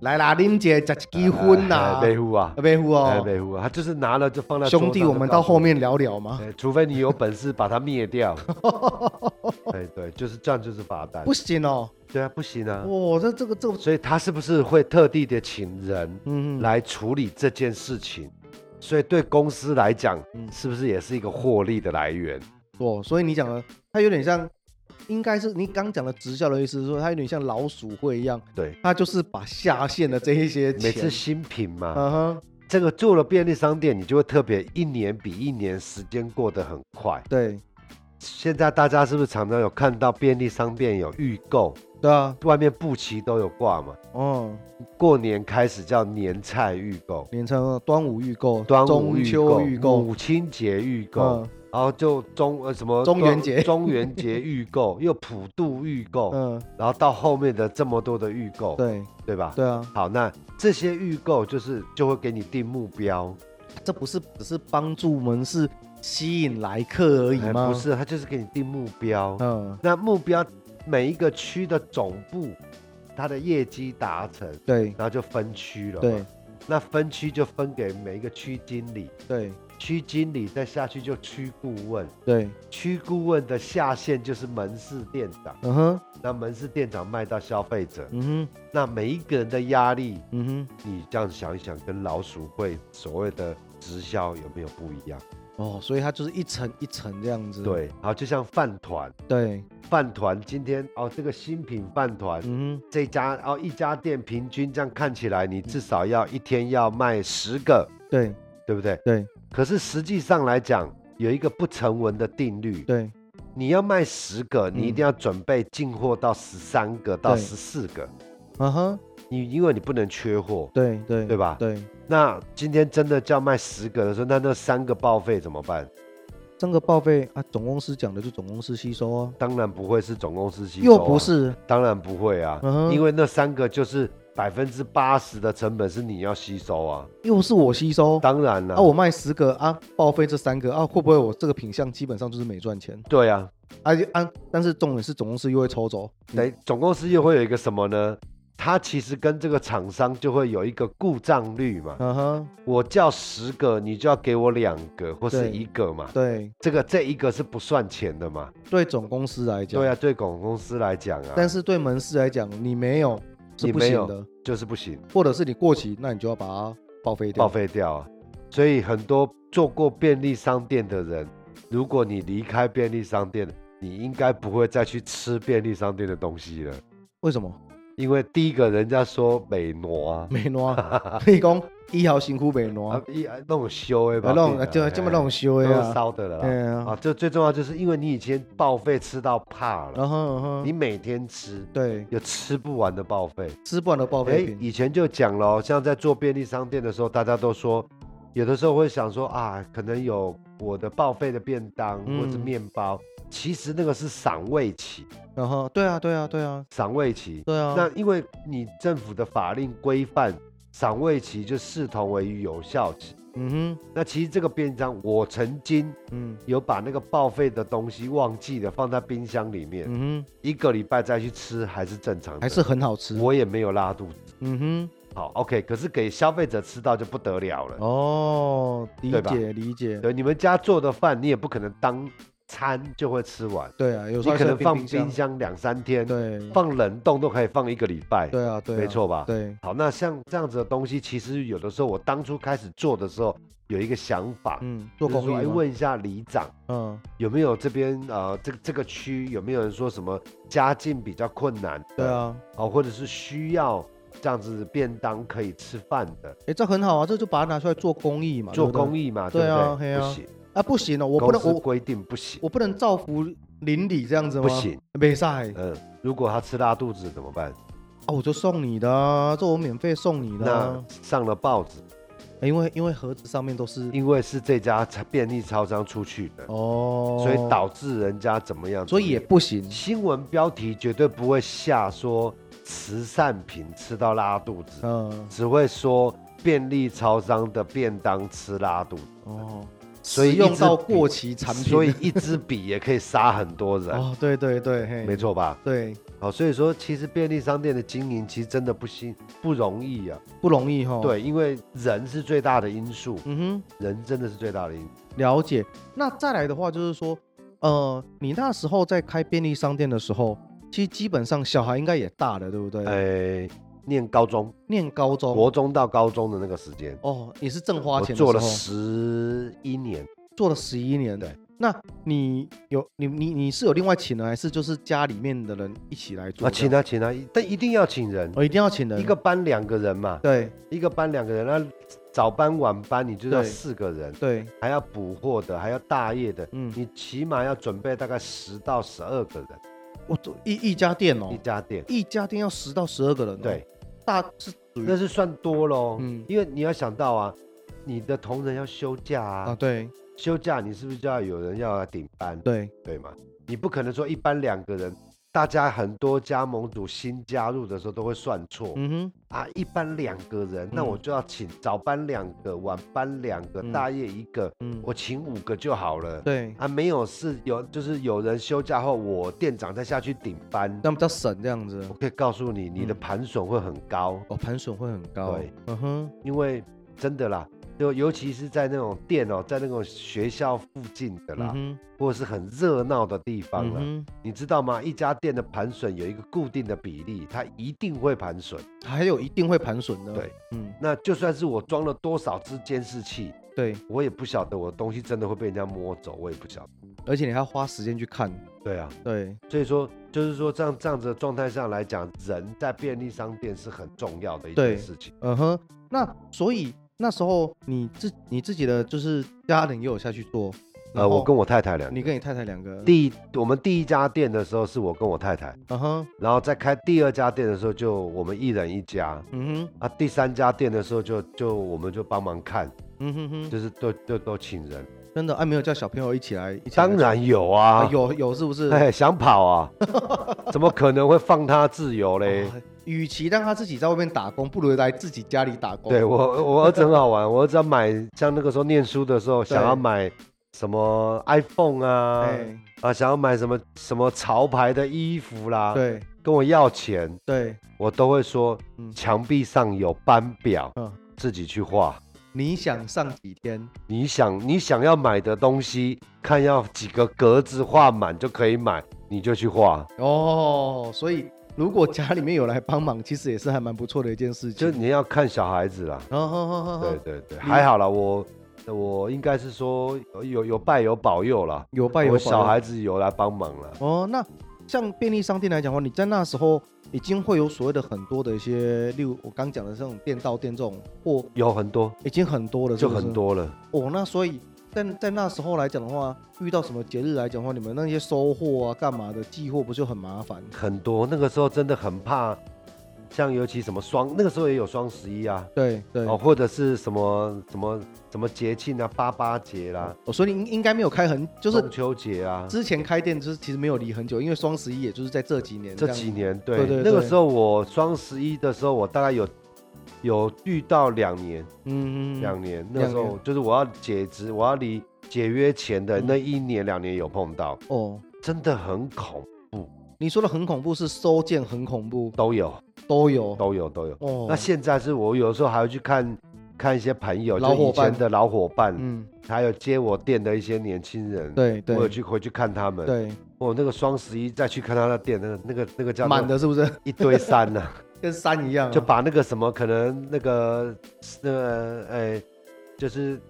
Speaker 1: 来啦，林姐，吃几分呐？
Speaker 2: 北湖啊，
Speaker 1: 北湖
Speaker 2: 哎，
Speaker 1: 哦，
Speaker 2: 北湖啊，他就是拿了就放在桌上
Speaker 1: 兄弟，我们到后，面聊聊
Speaker 2: 就告
Speaker 1: 嘛
Speaker 2: 诉。你哎除非你有本事把它灭 掉。对对，就是这样，就是罚单
Speaker 1: 不。行哦，
Speaker 2: 对啊，不行啊。
Speaker 1: 哇，这这个这个，
Speaker 2: 所以他是不是会特地的请人
Speaker 1: 嗯，
Speaker 2: 来处理这件事情？所以对公司来讲
Speaker 1: 嗯，
Speaker 2: 是不是也是一个获利的来源？
Speaker 1: 哦，所以你讲的，它有点像，应该是你刚讲的直销的意思，是说它有点像老鼠会一样，
Speaker 2: 对，
Speaker 1: 它就是把下线的这一些钱，
Speaker 2: 每次新品嘛，
Speaker 1: 嗯哼，
Speaker 2: 这个做了便利商店，你就会特别一年比一年时间过得很快。
Speaker 1: 对
Speaker 2: 现在大家是不是常常有看到便利商店有预购，
Speaker 1: 对啊，
Speaker 2: 外面布旗都有挂嘛？
Speaker 1: 哦，
Speaker 2: 过年开始叫年菜预购，
Speaker 1: 连成端午预购、
Speaker 2: 端午
Speaker 1: 中
Speaker 2: 预
Speaker 1: 秋
Speaker 2: 购、
Speaker 1: 预购，
Speaker 2: 母亲节预购
Speaker 1: 嗯，
Speaker 2: 然后就中呃什么
Speaker 1: 中元节
Speaker 2: 中中元节预 购，又普渡预购，
Speaker 1: 嗯，
Speaker 2: 然后到后面的这么多的预购，
Speaker 1: 对
Speaker 2: 对吧？
Speaker 1: 对啊，
Speaker 2: 好，那这些预购就是就会给你定目标，
Speaker 1: 这不是只是帮助门市吸引来客而已
Speaker 2: 哎
Speaker 1: 吗？
Speaker 2: 不，是，它就是给你定目标。
Speaker 1: 嗯，
Speaker 2: 那目标每一个区的总部，它的业绩达成，
Speaker 1: 对
Speaker 2: 然后就分区了。
Speaker 1: 对，
Speaker 2: 那分区就分给每一个区经理，
Speaker 1: 对
Speaker 2: 区经理再下去就区顾问，
Speaker 1: 对，
Speaker 2: 区顾问的下线就是门市店长，
Speaker 1: 嗯哼，
Speaker 2: 那门市店长卖到消费者，
Speaker 1: 嗯哼，
Speaker 2: 那每一个人的压力，
Speaker 1: 嗯
Speaker 2: 你这样想一想，跟老鼠会所谓的直销有没有不一样？
Speaker 1: 哼，哦，所以它就是一层一层这样子，
Speaker 2: 对，好，就像饭团，
Speaker 1: 对，
Speaker 2: 饭团今天哦，这个新品饭团。
Speaker 1: 嗯哼，
Speaker 2: 这家哦，一家店平均这样看起来，你至少要一天要卖十个，
Speaker 1: 对
Speaker 2: 对不对？
Speaker 1: 对
Speaker 2: 可是实际上来讲，有一个不成文的定律，
Speaker 1: 对，
Speaker 2: 你要卖十个，你一定要准备进货到十三个到
Speaker 1: 对
Speaker 2: 十四个，
Speaker 1: 嗯哼。
Speaker 2: 你因为你不能缺货。
Speaker 1: 对对
Speaker 2: 对吧
Speaker 1: 对，
Speaker 2: 那今天真的叫卖十个的时候，那那三个报废怎么办？
Speaker 1: 整个报废啊，总公司讲的就总公司吸收哦，
Speaker 2: 当然不会是总公司吸收、啊
Speaker 1: 又不，是，
Speaker 2: 当然不会啊，
Speaker 1: 嗯哼
Speaker 2: 因为那三个就是百分之八十的成本是你要吸收啊，
Speaker 1: 又是我吸收，
Speaker 2: 当然了、
Speaker 1: 啊，我卖十个啊，报废这三个啊，会不会我这个品相基本上就是没赚钱
Speaker 2: 对啊，
Speaker 1: 啊就啊？但是重点是总公司又会抽走，
Speaker 2: 等于总公司又会有一个什么呢？它其实跟这个厂商就会有一个故障率嘛。
Speaker 1: 嗯哼，
Speaker 2: 我叫十个，你就要给我两个或是
Speaker 1: 对
Speaker 2: 一个嘛。
Speaker 1: 对
Speaker 2: 这个这一个是不算钱的嘛？
Speaker 1: 对，总公司来讲，
Speaker 2: 对啊，对总公司来讲啊，
Speaker 1: 但是对门市来讲，你没有是
Speaker 2: 你
Speaker 1: 不
Speaker 2: 没
Speaker 1: 行
Speaker 2: 有
Speaker 1: 的，
Speaker 2: 就是不行，
Speaker 1: 或者是你过期，那你就要把它报废掉，
Speaker 2: 报废掉啊。所以很多做过便利商店的人，如果你离开便利商店，你应该不会再去吃便利商店的东西了，
Speaker 1: 为什么？
Speaker 2: 因为第一个人家说美挪啊，
Speaker 1: 美挪， 你讲医疗辛苦美挪
Speaker 2: 啊，一啊那种修诶吧，
Speaker 1: 啊，弄
Speaker 2: 变成
Speaker 1: 就这么弄，修
Speaker 2: 哎
Speaker 1: 的
Speaker 2: 都是
Speaker 1: 啊，
Speaker 2: 烧的了
Speaker 1: 对
Speaker 2: 啦。
Speaker 1: 啊，
Speaker 2: 啊，这最重要就是因为你以前报废吃到怕了，
Speaker 1: 然后然后
Speaker 2: 你每天吃
Speaker 1: 嗯对
Speaker 2: 有吃不完的报废。
Speaker 1: 吃不完的报
Speaker 2: 哎
Speaker 1: 废，品，
Speaker 2: 以前就讲了哦，像在做便利商店的时候，大家都说，有的时候会想说啊，可能有我的报废的便当
Speaker 1: 嗯
Speaker 2: 或者面包，其实那个是赏味期，
Speaker 1: 然后对啊对啊对啊
Speaker 2: 赏味期。
Speaker 1: 对啊，
Speaker 2: 那因为你政府的法令规范，赏味期就视同为于有效期。
Speaker 1: 嗯
Speaker 2: 那其实这个便当，我曾经
Speaker 1: 哼嗯
Speaker 2: 有把那个报废的东西忘记了放在冰箱里面，
Speaker 1: 嗯
Speaker 2: 一个礼拜再去吃还是正常
Speaker 1: 哼，
Speaker 2: 的，
Speaker 1: 还是很好吃，
Speaker 2: 我也没有拉肚子。
Speaker 1: 嗯
Speaker 2: 好，OK，可是给消费者吃到就不得了了
Speaker 1: 哼，。哦，理
Speaker 2: 对吧
Speaker 1: 解理解，
Speaker 2: 对，你们家做的饭，你也不可能当餐就会吃完，
Speaker 1: 对啊，有
Speaker 2: 你
Speaker 1: 时候还
Speaker 2: 可
Speaker 1: 是
Speaker 2: 能
Speaker 1: 冰
Speaker 2: 放
Speaker 1: 冰
Speaker 2: 冰
Speaker 1: 箱，
Speaker 2: 箱两三天，
Speaker 1: 对，
Speaker 2: 放冷冻都可以放一个礼拜，
Speaker 1: 对啊对啊，
Speaker 2: 没，错吧？
Speaker 1: 对，
Speaker 2: 好，那像这样子的东西，其实有的时候我当初开始做的时候，有一个想法，
Speaker 1: 嗯，
Speaker 2: 就
Speaker 1: 做公
Speaker 2: 是说，哎，
Speaker 1: 益吗，
Speaker 2: 问一下里长。
Speaker 1: 嗯，
Speaker 2: 有没有这边呃，这这个区有没有人说什么家境比较困难的？
Speaker 1: 对，啊，
Speaker 2: 哦，或者是需要这样子便当可以吃饭的，
Speaker 1: 哎，这很好啊，这就把它拿出来做公益嘛，
Speaker 2: 做公
Speaker 1: 益
Speaker 2: 益嘛，
Speaker 1: 啊对啊
Speaker 2: 不对？
Speaker 1: 嘿啊
Speaker 2: 不行，
Speaker 1: 啊，不行哦，我不能
Speaker 2: 公司
Speaker 1: 我
Speaker 2: 规定不行，
Speaker 1: 我啊不能造福邻里这样子吗？
Speaker 2: 不，行。
Speaker 1: 没晒
Speaker 2: 嗯，如果他吃拉肚子怎么办？
Speaker 1: 啊，我就送你的啊，这我免费送你的
Speaker 2: 那
Speaker 1: 啊，哎
Speaker 2: 上了报纸，
Speaker 1: 因为因为盒子上面都是
Speaker 2: 因为是这家便利超商出去的，
Speaker 1: 哦，
Speaker 2: 所以导致人家怎么样？
Speaker 1: 所以也不行，
Speaker 2: 新闻标题绝对不会下说慈善品吃到拉肚子，
Speaker 1: 嗯，
Speaker 2: 只会说便利超商的便当吃拉肚子，
Speaker 1: 哦，
Speaker 2: 所以
Speaker 1: 使
Speaker 2: 一
Speaker 1: 用
Speaker 2: 支
Speaker 1: 到
Speaker 2: 笔
Speaker 1: 过期产品，
Speaker 2: 所以一支笔也可以杀很多人，
Speaker 1: 哦，对对对，嘿，
Speaker 2: 没，错吧？
Speaker 1: 对，
Speaker 2: 好，哦所以说其实便利商店的经营其实真的不辛不容易啊，
Speaker 1: 不容易哈，，
Speaker 2: 对，因为人是最大的因素，
Speaker 1: 嗯哼。
Speaker 2: 人真的是最大的因素。
Speaker 1: 了解。那再来的话，就是说，呃，你那时候在开便利商店的时候，其实基本上小孩应该也大了，对不对？
Speaker 2: 呃，念高中，
Speaker 1: 念高中
Speaker 2: 国中到高中的那个时间，
Speaker 1: 哦，也是正哦花
Speaker 2: 我
Speaker 1: 钱的时候，
Speaker 2: 做了十一年，
Speaker 1: 做了十一年。
Speaker 2: 对，
Speaker 1: 那你有你你你是有另外请人，还是就是家里面的人一起来做
Speaker 2: 啊，
Speaker 1: 这样？
Speaker 2: 请啊请啊，但一定要请人，
Speaker 1: 哦，一定要请人。
Speaker 2: 一个班两个人嘛，
Speaker 1: 对
Speaker 2: 一个班两个人，那早班晚班你就要
Speaker 1: 对
Speaker 2: 四个人，
Speaker 1: 对，
Speaker 2: 还要补货的，还要大夜的，
Speaker 1: 嗯，
Speaker 2: 你起码要准备大概十到十二个人，
Speaker 1: 我做一一家店
Speaker 2: 一
Speaker 1: 哦，
Speaker 2: 家店，
Speaker 1: 一家店要十到十二个人、哦。
Speaker 2: 对，，
Speaker 1: 大是属于
Speaker 2: 那是算多喽，
Speaker 1: 嗯
Speaker 2: 因为你要想到啊，你的同仁要休假
Speaker 1: 啊，
Speaker 2: 啊，
Speaker 1: 对
Speaker 2: 休假你是不是就要有人要来顶班？
Speaker 1: 对，
Speaker 2: 对吗？你不可能说一般两个人，大家很多加盟组新加入的时候都会算错、
Speaker 1: 嗯哼，
Speaker 2: 啊，一般两个人，那
Speaker 1: 嗯
Speaker 2: 我就要请早班两个，晚班两个，
Speaker 1: 嗯
Speaker 2: 大夜一个，
Speaker 1: 嗯，
Speaker 2: 我请五个就好了。
Speaker 1: 对，
Speaker 2: 啊，没有事，有就是有人休假后，我店长再下去顶班。
Speaker 1: 那比较省这样子
Speaker 2: 我。可以告诉你，你的
Speaker 1: 嗯
Speaker 2: 盘损会很高，
Speaker 1: 哦，盘损会很高。
Speaker 2: 对，
Speaker 1: 嗯哼，
Speaker 2: 因为真的啦，就尤其是在那种店哦，在那种学校附近的啦，
Speaker 1: 嗯
Speaker 2: 或者是很热闹的地方
Speaker 1: 哼，
Speaker 2: 啦，
Speaker 1: 嗯
Speaker 2: 你知道吗？一家店的盘损有一个固定的比例，它一定会盘损。
Speaker 1: 哼，还有一定会盘损的。
Speaker 2: 对，
Speaker 1: 嗯，
Speaker 2: 那就算是我装了多少支监视器，
Speaker 1: 对，
Speaker 2: 我也不晓得我的东西真的会被人家摸走，我也不晓得。
Speaker 1: 而且你还要花时间去看。
Speaker 2: 对啊，
Speaker 1: 对，
Speaker 2: 所以说就是说这样这样子的状态上来讲，人在便利商店是很重要的一
Speaker 1: 对
Speaker 2: 件事情。
Speaker 1: 嗯哼，那所以那时候你自你自己的就是家人也有下去做，然
Speaker 2: 呃，我
Speaker 1: 后
Speaker 2: 跟我太太两
Speaker 1: 你
Speaker 2: 个，
Speaker 1: 跟你太太两个，
Speaker 2: 第一我们第一家店的时候是我跟我太太，
Speaker 1: 嗯哼，
Speaker 2: 然后再开第二家店的时候就我们一人一家。
Speaker 1: 嗯哼，
Speaker 2: 啊，第三家店的时候就就我们就帮忙看，
Speaker 1: 嗯哼哼，
Speaker 2: 就是都都都请人，
Speaker 1: 真的，哎，没有叫小朋友一起来，一起来
Speaker 2: 当然有
Speaker 1: 做
Speaker 2: 啊
Speaker 1: 啊，，有有是不是？
Speaker 2: 哎，想跑啊？ 怎么可能会放他自由嘞？
Speaker 1: 哦与其让他自己在外面打工，不如来自己家里打工。
Speaker 2: 对我，我儿子很好玩，我儿子要买，像那个时候念书的时候，
Speaker 1: 对
Speaker 2: 想要买什么 iPhone 啊，
Speaker 1: 哎，
Speaker 2: 啊，想要买什么什么潮牌的衣服啦，
Speaker 1: 对
Speaker 2: 跟我要钱，
Speaker 1: 对，
Speaker 2: 我都会说
Speaker 1: 嗯
Speaker 2: 墙壁上有班表，
Speaker 1: 嗯
Speaker 2: 自己去画。
Speaker 1: 你想上几天？
Speaker 2: 你想你想要买的东西，看要几个格子画满就可以买，你就去画。
Speaker 1: 哦，所以如果家里面有来帮忙，其实也是还蛮不错的一件事情。
Speaker 2: 就你要看小孩子啦。
Speaker 1: 哦，嗯好好好
Speaker 2: 对
Speaker 1: 好，
Speaker 2: 对对，
Speaker 1: 你
Speaker 2: 还好啦，我我应该是说有有有拜有保佑啦，
Speaker 1: 有拜有
Speaker 2: 我
Speaker 1: 保
Speaker 2: 小孩子有来帮忙啦。
Speaker 1: 哦。那像便利商店来讲的话，你在那时候已经会有所谓的很多的一些，例如我刚讲的这种店到店这种货，
Speaker 2: 有很多，
Speaker 1: 已经很多了，
Speaker 2: 就
Speaker 1: 不
Speaker 2: 是
Speaker 1: 哦是
Speaker 2: 很多了。
Speaker 1: 哦。那所以在在那时候来讲的话，遇到什么节日来讲的话，你们那些收货啊、干嘛的寄货不就很麻烦？
Speaker 2: 很多，那个时候真的很怕，像尤其什么双，那个时候也有双十一啊，
Speaker 1: 对对
Speaker 2: 哦，
Speaker 1: 哦，
Speaker 2: 或者是什么什么什么节庆啊，八八节啦，
Speaker 1: 哦所以你应应该没有开很，就是
Speaker 2: 中秋节啊，
Speaker 1: 之前开店就是其实没有离很久，因为双十一也就是在这几年
Speaker 2: 这
Speaker 1: 样
Speaker 2: 几年对
Speaker 1: 对对
Speaker 2: 那个
Speaker 1: 对
Speaker 2: 时候我双十一的时候，我大概有有遇到两年，
Speaker 1: 嗯嗯
Speaker 2: 两
Speaker 1: 嗯
Speaker 2: 年那个时
Speaker 1: 两
Speaker 2: 候就是我要解职，我要离解约前的
Speaker 1: 嗯
Speaker 2: 那一年两年有碰到，
Speaker 1: 哦，
Speaker 2: 真的很恐，
Speaker 1: 你说的很恐怖是收件很恐怖
Speaker 2: 都有
Speaker 1: 都有
Speaker 2: 都有都有。
Speaker 1: 哦，
Speaker 2: 那现在是我有的时候还会去看看一些朋友，
Speaker 1: 老
Speaker 2: 就以
Speaker 1: 伙伴
Speaker 2: 前的老伙伴，
Speaker 1: 嗯
Speaker 2: 还有接我店的一些年轻人，
Speaker 1: 对对
Speaker 2: 我有去回去看他们。
Speaker 1: 对
Speaker 2: 我那个双十一再去看他的店，那个那个那个叫
Speaker 1: 满的是不是
Speaker 2: 一堆山呐、
Speaker 1: 跟山一样啊？
Speaker 2: 就把那个什么可能那个那个呃，就是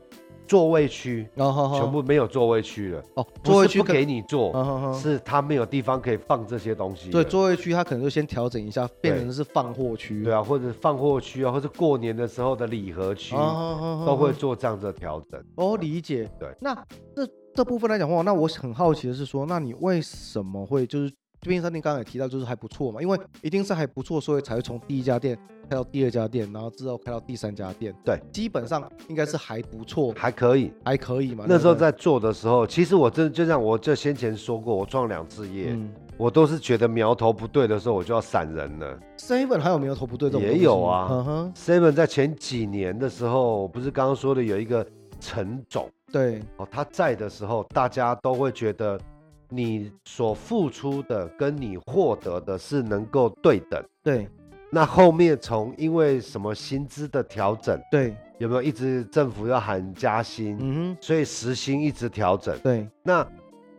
Speaker 2: 座位区
Speaker 1: 然后
Speaker 2: 全部没有座位区了，
Speaker 1: 哦，座
Speaker 2: 不
Speaker 1: 位
Speaker 2: 是
Speaker 1: 区
Speaker 2: 不
Speaker 1: 可
Speaker 2: 给你坐，
Speaker 1: 嗯哼哼
Speaker 2: 是他没有地方可以放这些东西了。
Speaker 1: 对，座位区它可能就先调整一下，变成是放货区。
Speaker 2: 对啊，或者放货区啊，或者过年的时候的礼盒区
Speaker 1: 哦，哦哦
Speaker 2: 都会做这样子的调整。
Speaker 1: 哦，理解。
Speaker 2: 对，
Speaker 1: 那这这部分来讲的话，那我很好奇的是说，那你为什么会就是便利商店刚刚也提到，就是还不错嘛，因为一定是还不错，所以才会从第一家店开到第二家店，然后之后开到第三家店。
Speaker 2: 对，
Speaker 1: 基本上应该是还不错，
Speaker 2: 还可以。
Speaker 1: 还可以嘛。
Speaker 2: 那时候
Speaker 1: 对
Speaker 2: 在做的时候，其实我真的就像我这先前说过，我创两次
Speaker 1: 不对
Speaker 2: 业，
Speaker 1: 嗯
Speaker 2: 我都是觉得苗头不对的时候，我就要闪人了。
Speaker 1: ，seven 还有没有头不对这种
Speaker 2: 也
Speaker 1: 东西
Speaker 2: 有啊
Speaker 1: 嗯哼，
Speaker 2: Seven 在前几年的时候，不是刚刚说的有一个陈总
Speaker 1: 对，
Speaker 2: 哦，他在的时候，大家都会觉得你所付出的跟你获得的是能够对等。
Speaker 1: 对，
Speaker 2: 那后面从因为什么薪资的调整，
Speaker 1: 对，
Speaker 2: 有没有一直政府要喊加薪，
Speaker 1: 嗯哼，
Speaker 2: 所以时薪一直调整。
Speaker 1: 对，
Speaker 2: 那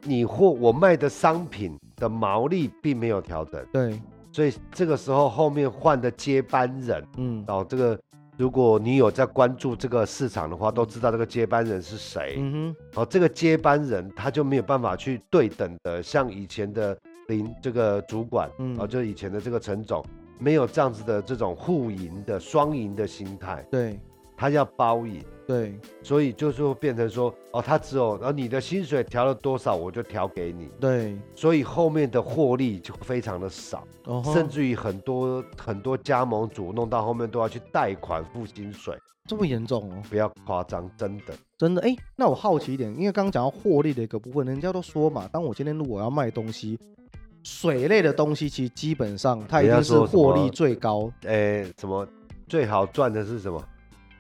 Speaker 2: 你或我卖的商品的毛利并没有调整，
Speaker 1: 对，
Speaker 2: 所以这个时候后面换的接班人。
Speaker 1: 嗯，
Speaker 2: 哦，这个如果你有在关注这个市场的话，都知道这个接班人是谁。
Speaker 1: 嗯哼，
Speaker 2: 哦，这个接班人他就没有办法去对等的，像以前的林这个主管，
Speaker 1: 嗯
Speaker 2: 哦，就是以前的这个陈总，没有这样子的这种互赢的双赢的心态，
Speaker 1: 对，
Speaker 2: 他要包赢。
Speaker 1: 对，
Speaker 2: 所以就是会变成说，哦，他只有，然后你的薪水调了多少，我就调给你，
Speaker 1: 对，
Speaker 2: 所以后面的获利就非常的少，
Speaker 1: 哦吼，
Speaker 2: 甚至于很多很多加盟主弄到后面都要去贷款付薪水，
Speaker 1: 这么严重哦。
Speaker 2: 不要夸张，真的。
Speaker 1: 真的哎，诶那我好奇一点，因为刚刚讲到获利的一个部分，人家都说嘛，当我今天如果要卖东西，水类的东西其实基本上它一定是获利最高，
Speaker 2: 诶，什么最好赚的是什么？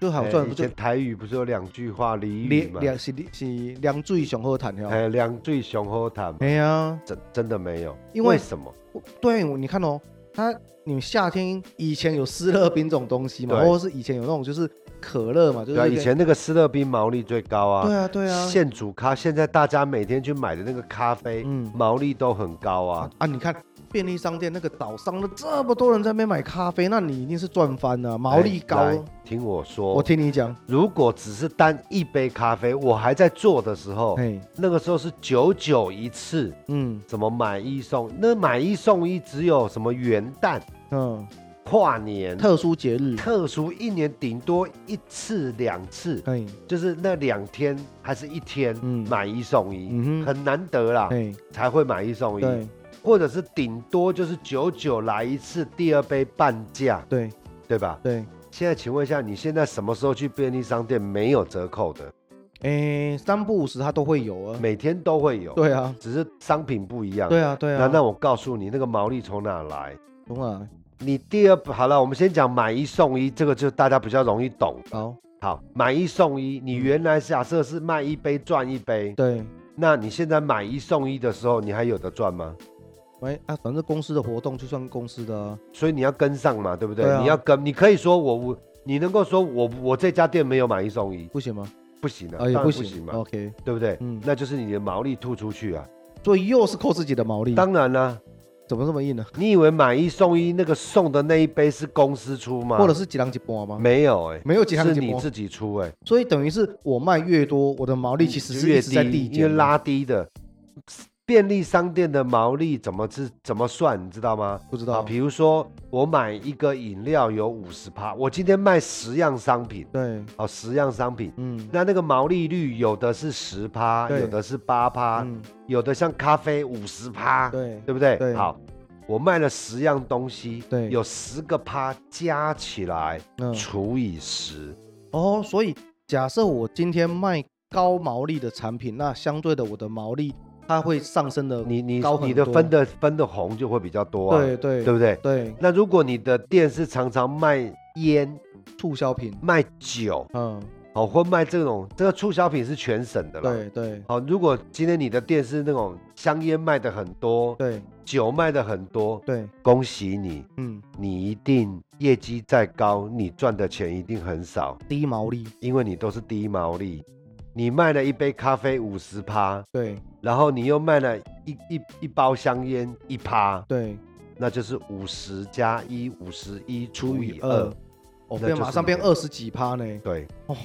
Speaker 1: 最好
Speaker 2: 诶
Speaker 1: 赚的
Speaker 2: 以
Speaker 1: 不就
Speaker 2: 前台语不是有两句话俚语
Speaker 1: 两
Speaker 2: 吗？
Speaker 1: 两是是两最雄厚谈条。
Speaker 2: 哎，两最雄厚谈，
Speaker 1: 哎呀，
Speaker 2: 真真的没有，
Speaker 1: 因为
Speaker 2: 什么？
Speaker 1: 对，你看哦，它你们夏天以前有湿热冰这种东西嘛，
Speaker 2: 对
Speaker 1: 或者是以前有那种就是可乐嘛，就是
Speaker 2: 对啊，
Speaker 1: 那
Speaker 2: 以
Speaker 1: 个
Speaker 2: 前那个斯乐冰毛利最高啊，
Speaker 1: 对啊对啊，
Speaker 2: 现煮咖，现在大家每天去买的那个咖啡，
Speaker 1: 嗯
Speaker 2: 毛利都很高啊
Speaker 1: 啊。啊，你看便利商店那个早上的这么多人在那边买咖啡，那你一定是赚翻了、毛利
Speaker 2: 哎
Speaker 1: 高。
Speaker 2: 来听我说，
Speaker 1: 我听你讲，
Speaker 2: 如果只是单一杯咖啡，我还在做的时候，
Speaker 1: 嘿，
Speaker 2: 那个时候是九九一次，
Speaker 1: 嗯
Speaker 2: 什么买一送，那买一送一只有什么元旦、
Speaker 1: 嗯，
Speaker 2: 跨年、
Speaker 1: 特殊节日，
Speaker 2: 特殊，一年顶多一次两次，
Speaker 1: 嘿，
Speaker 2: 就是那两天还是一天、
Speaker 1: 嗯
Speaker 2: 买一送一，
Speaker 1: 嗯哼，
Speaker 2: 很难得啦，
Speaker 1: 嘿，
Speaker 2: 才会买一送一。
Speaker 1: 对
Speaker 2: 或者是顶多就是九九来一次，第二杯半价，
Speaker 1: 对
Speaker 2: 对吧？
Speaker 1: 对，
Speaker 2: 现在请问一下，你现在什么时候去便利商店没有折扣的？
Speaker 1: 诶，三不五十它都会有啊。
Speaker 2: 每天都会有，
Speaker 1: 对啊，
Speaker 2: 只是商品不一样。
Speaker 1: 对啊，对啊。
Speaker 2: 那那我告诉你，那个毛利从哪来？
Speaker 1: 懂了，
Speaker 2: 你第二好了，我们先讲买一送一，这个就大家比较容易懂。
Speaker 1: 好，
Speaker 2: 好，买一送一，你原来假设是卖一杯赚一杯，
Speaker 1: 对，
Speaker 2: 那你现在买一送一的时候，你还有的赚吗？
Speaker 1: 喂啊，反正公司的活动就算公司的啊，
Speaker 2: 所以你要跟上嘛，对不对？
Speaker 1: 对啊
Speaker 2: 你要跟，你可以说我我，你能够说我我这家店没有买一送一，
Speaker 1: 不行吗？
Speaker 2: 不行啊，
Speaker 1: 啊，也
Speaker 2: 当然
Speaker 1: 不
Speaker 2: 行
Speaker 1: 行
Speaker 2: 嘛，
Speaker 1: ，OK。
Speaker 2: 对不对？
Speaker 1: 嗯
Speaker 2: 那就是你的毛利吐出去啊。
Speaker 1: 所以又是扣自己的毛利，
Speaker 2: 当然啦、
Speaker 1: 怎么这么硬呢？
Speaker 2: 你以为买一送一那个送的那一杯是公司出吗？
Speaker 1: 或者是几两几波吗？
Speaker 2: 没有哎、
Speaker 1: 没有几两
Speaker 2: 是
Speaker 1: 几
Speaker 2: 你
Speaker 1: 波，
Speaker 2: 自己出哎、
Speaker 1: 所以等于是我卖越多，我的毛利其实是一
Speaker 2: 嗯越
Speaker 1: 直在
Speaker 2: 低，
Speaker 1: 递
Speaker 2: 因为
Speaker 1: 减的。
Speaker 2: 拉低的。便利商店的毛利怎么是怎么算，你知道吗？
Speaker 1: 不知
Speaker 2: 啊，
Speaker 1: 道。
Speaker 2: 比如说我买一个饮料有五十趴，我今天卖十样商品，
Speaker 1: 对，
Speaker 2: 哦，十样商品，
Speaker 1: 嗯，
Speaker 2: 那那个毛利率有的是十趴，
Speaker 1: 对
Speaker 2: 有的是八趴，
Speaker 1: 嗯，
Speaker 2: 有的像咖啡五十趴，
Speaker 1: 对，
Speaker 2: 对不对？
Speaker 1: 对
Speaker 2: 好，我卖了十样东西，
Speaker 1: 对
Speaker 2: 有十个趴加起来
Speaker 1: 嗯，
Speaker 2: 除以十，
Speaker 1: 哦，所以假设我今天卖高毛利的产品，那相对的我的毛利它会上升的，
Speaker 2: 你你
Speaker 1: 高很
Speaker 2: 你的
Speaker 1: 多
Speaker 2: 分的分的红就会比较多啊，
Speaker 1: 对对
Speaker 2: 对不对？
Speaker 1: 对，
Speaker 2: 那如果你的店是常常卖烟、
Speaker 1: 促销品，
Speaker 2: 卖酒，
Speaker 1: 嗯，
Speaker 2: 哦，或卖这种这个促销品是全省的啦。
Speaker 1: 对对
Speaker 2: 好、如果今天你的店是那种香烟卖的很多，
Speaker 1: 对
Speaker 2: 酒卖的很多，
Speaker 1: 对，
Speaker 2: 恭喜你，
Speaker 1: 嗯，
Speaker 2: 你一定业绩再高，你赚的钱一定很少，
Speaker 1: 低毛利，
Speaker 2: 因为你都是低毛利。你卖了一杯咖啡五十趴，
Speaker 1: 对
Speaker 2: 然后你又卖了一一一包香烟一趴，
Speaker 1: 对，
Speaker 2: 那就是五十加一，五十一除以
Speaker 1: 二
Speaker 2: 二，，
Speaker 1: 哦，
Speaker 2: 那
Speaker 1: 变
Speaker 2: 就是
Speaker 1: 马上变
Speaker 2: 你的
Speaker 1: 二十几趴呢，
Speaker 2: 对，
Speaker 1: 哦，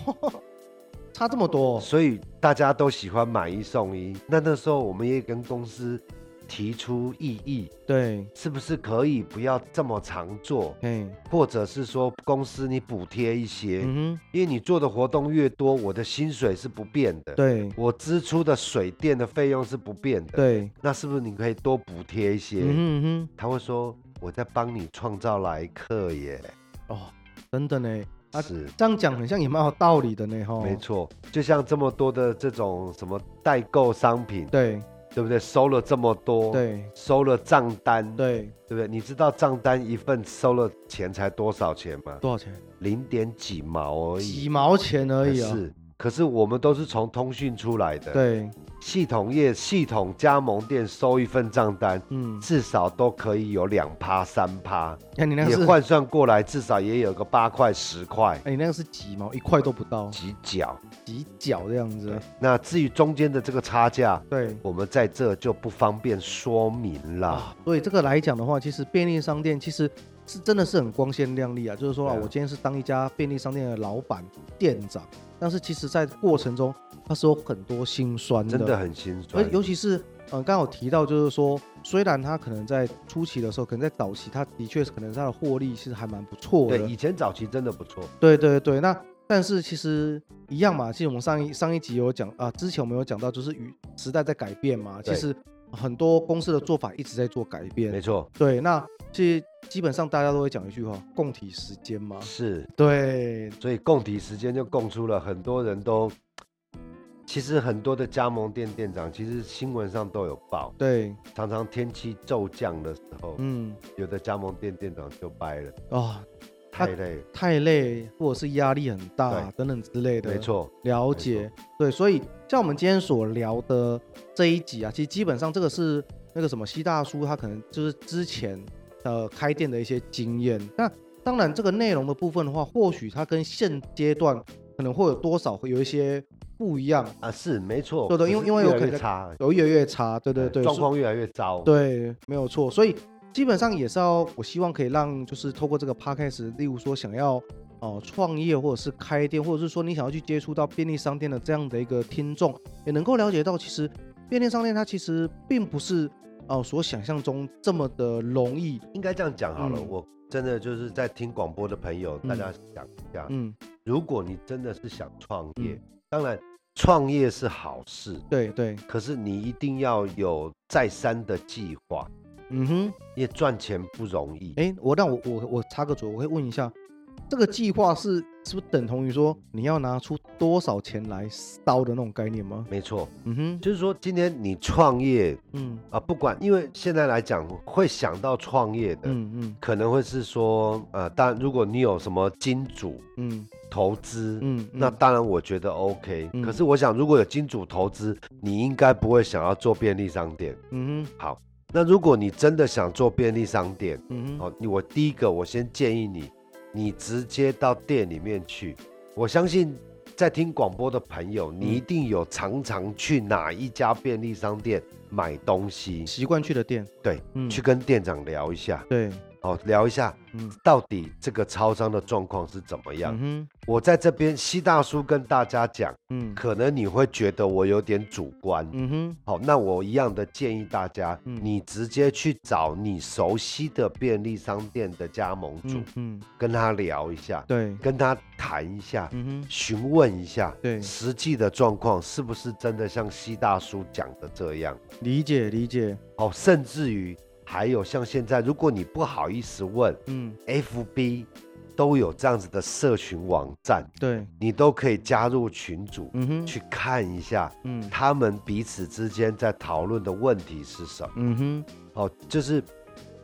Speaker 1: 差这么多，
Speaker 2: 哦
Speaker 1: 哦
Speaker 2: 所以大家都喜欢买一送一。那那时候我们也跟公司提出异议，
Speaker 1: 对，
Speaker 2: 是不是可以不要这么常做，
Speaker 1: 嘿，
Speaker 2: 或者是说公司你补贴一些，
Speaker 1: 嗯
Speaker 2: 因为你做的活动越多，我的薪水是不变的
Speaker 1: 哼，，对
Speaker 2: 我支出的水电的费用是不变的，
Speaker 1: 对，
Speaker 2: 那是不是你可以多补贴一些？
Speaker 1: 嗯哼嗯
Speaker 2: 他会说我在帮你创造来客耶，
Speaker 1: 哼，哦，真的呢，啊哦
Speaker 2: 是。
Speaker 1: 这样讲很像也蛮有道理的呢，哈，
Speaker 2: 没，错，就像这么多的这种什么代购商品，
Speaker 1: 对
Speaker 2: 对不对？收了这么多，
Speaker 1: 对
Speaker 2: 收了账单，
Speaker 1: 对，
Speaker 2: 对不对？你知道账单一份收了钱才多少钱吗？
Speaker 1: 多少钱？
Speaker 2: 零点几毛而已。
Speaker 1: 几毛钱而
Speaker 2: 可
Speaker 1: 已啊，
Speaker 2: 是，可是我们都是从通讯出来的，，
Speaker 1: 对，
Speaker 2: 系统业系统加盟店收一份账单，
Speaker 1: 嗯，
Speaker 2: 至少都可以有两趴三趴，
Speaker 1: 哎，你那个
Speaker 2: 也
Speaker 1: 是，
Speaker 2: 换算过来至少也有个八块十块
Speaker 1: 哎，你那个是几毛？一块都不到，
Speaker 2: 几角。
Speaker 1: 几角这样子，
Speaker 2: 那至于中间的这个差价，
Speaker 1: 对。
Speaker 2: 我们在这就不方便说明啦。
Speaker 1: 啊，所以这个来讲的话，其实便利商店其实是真的是很光鲜亮丽啊。就是说啊，
Speaker 2: 对啊
Speaker 1: 我今天是当一家便利商店的老板、店长，但是其实在过程中，它是有很多辛酸的，
Speaker 2: 真的很心
Speaker 1: 而
Speaker 2: 酸。
Speaker 1: 尤其是嗯，刚好提到就是说，虽然它可能在初期的时候，可能在早期，它的确是可能它的获利是还蛮不错的
Speaker 2: 对，，以前早期真的不错，
Speaker 1: 对对对，那但是其实一样嘛，其实我们上一上一集有讲啊，之前我们有讲到，就是与时代在改变嘛，其
Speaker 2: 对
Speaker 1: 实很多公司的做法一直在做改
Speaker 2: 没
Speaker 1: 变。
Speaker 2: 错，
Speaker 1: 对，那其实基本上大家都会讲一句话，共体时间嘛。
Speaker 2: 是，
Speaker 1: 对
Speaker 2: 所以供体时间就供出了很多人都，其实很多的加盟店店长，其实新闻上都有报，
Speaker 1: 对，
Speaker 2: 常常天气骤降的时候，
Speaker 1: 嗯
Speaker 2: 有的加盟店店长就掰了，
Speaker 1: 啊、
Speaker 2: 太累了，
Speaker 1: 太累或者是压力很大
Speaker 2: 对
Speaker 1: 等等之类的。
Speaker 2: 没错，
Speaker 1: 了
Speaker 2: 没
Speaker 1: 解，对，所以像我们今天所聊的这一集啊，其实基本上这个是那个什么西大叔他可能就是之前呃开店的一些经验。那当然这个内容的部分的话，或许它跟现阶段可能会有多少会有一些不一样，
Speaker 2: 啊，是没错，
Speaker 1: 对对因为
Speaker 2: 可是
Speaker 1: 因为有
Speaker 2: 越来
Speaker 1: 可
Speaker 2: 越
Speaker 1: 能
Speaker 2: 差，
Speaker 1: 有越来越差，对对对，
Speaker 2: 哎状
Speaker 1: 是
Speaker 2: 况越来越糟，，
Speaker 1: 对，没有错。所以基本上也是要，我希望可以让就是透过这个 podcast，例如说想要哦、呃创业或者是开店，或者是说你想要去接触到便利商店的这样的一个听众，也能够了解到，其实便利商店它其实并不是哦、呃所想象中这么的容易。
Speaker 2: 应该这样讲好了，
Speaker 1: 嗯
Speaker 2: 我真的就是在听广播的朋友，大家想一下，
Speaker 1: 嗯，
Speaker 2: 如果你真的是想创业
Speaker 1: 嗯，
Speaker 2: 当然创业是好事。
Speaker 1: 对对，
Speaker 2: 可是你一定要有再三的计划，
Speaker 1: 嗯哼，
Speaker 2: 因为赚钱不容易。
Speaker 1: 哎，我让我我我插个嘴，我会问一下。这个计划是是不是等同于说你要拿出多少钱来烧的那种概念吗？
Speaker 2: 没错，
Speaker 1: 嗯哼，
Speaker 2: 就是说今天你创业
Speaker 1: 嗯
Speaker 2: 啊，不管，因为现在来讲会想到创业的，
Speaker 1: 嗯嗯
Speaker 2: 可能会是说，呃，当然如果你有什么金主
Speaker 1: 嗯
Speaker 2: 投资，
Speaker 1: 嗯，
Speaker 2: 那
Speaker 1: 嗯
Speaker 2: 当然我觉得 OK、
Speaker 1: 嗯
Speaker 2: 可是我想，如果有金主投资，你应该不会想要做便利商店。
Speaker 1: 嗯哼，
Speaker 2: 好，那如果你真的想做便利商店，
Speaker 1: 嗯哼，
Speaker 2: 哦，你我第一个我先建议你，你直接到店里面去。我相信在听广播的朋友，
Speaker 1: 嗯
Speaker 2: 你一定有常常去哪一家便利商店买东西，
Speaker 1: 习惯去的店，
Speaker 2: 对，
Speaker 1: 嗯，
Speaker 2: 去跟店长聊一下，
Speaker 1: 对，
Speaker 2: 哦，聊一下
Speaker 1: 嗯
Speaker 2: 到底这个超商的状况是怎么样。
Speaker 1: 嗯
Speaker 2: 我在这边西大叔跟大家讲，
Speaker 1: 哼，嗯
Speaker 2: 可能你会觉得我有点主观。
Speaker 1: 嗯哼，
Speaker 2: 好，那我一样的建议大家，
Speaker 1: 嗯
Speaker 2: 你直接去找你熟悉的便利商店的加盟主，
Speaker 1: 嗯嗯，
Speaker 2: 跟他聊一下，
Speaker 1: 对，
Speaker 2: 跟他谈一下，
Speaker 1: 嗯哼，
Speaker 2: 询问一下，
Speaker 1: 对
Speaker 2: 实际的状况是不是真的像西大叔讲的这样？
Speaker 1: 理解理解，
Speaker 2: 哦，甚至于还有像现在，如果你不好意思问
Speaker 1: 嗯，
Speaker 2: ，FB 都有这样子的社群网站，
Speaker 1: 对，
Speaker 2: 你都可以加入群组、
Speaker 1: 嗯哼，
Speaker 2: 去看一下
Speaker 1: 嗯
Speaker 2: 他们彼此之间在讨论的问题是什么。
Speaker 1: 嗯哼，
Speaker 2: 哦，就是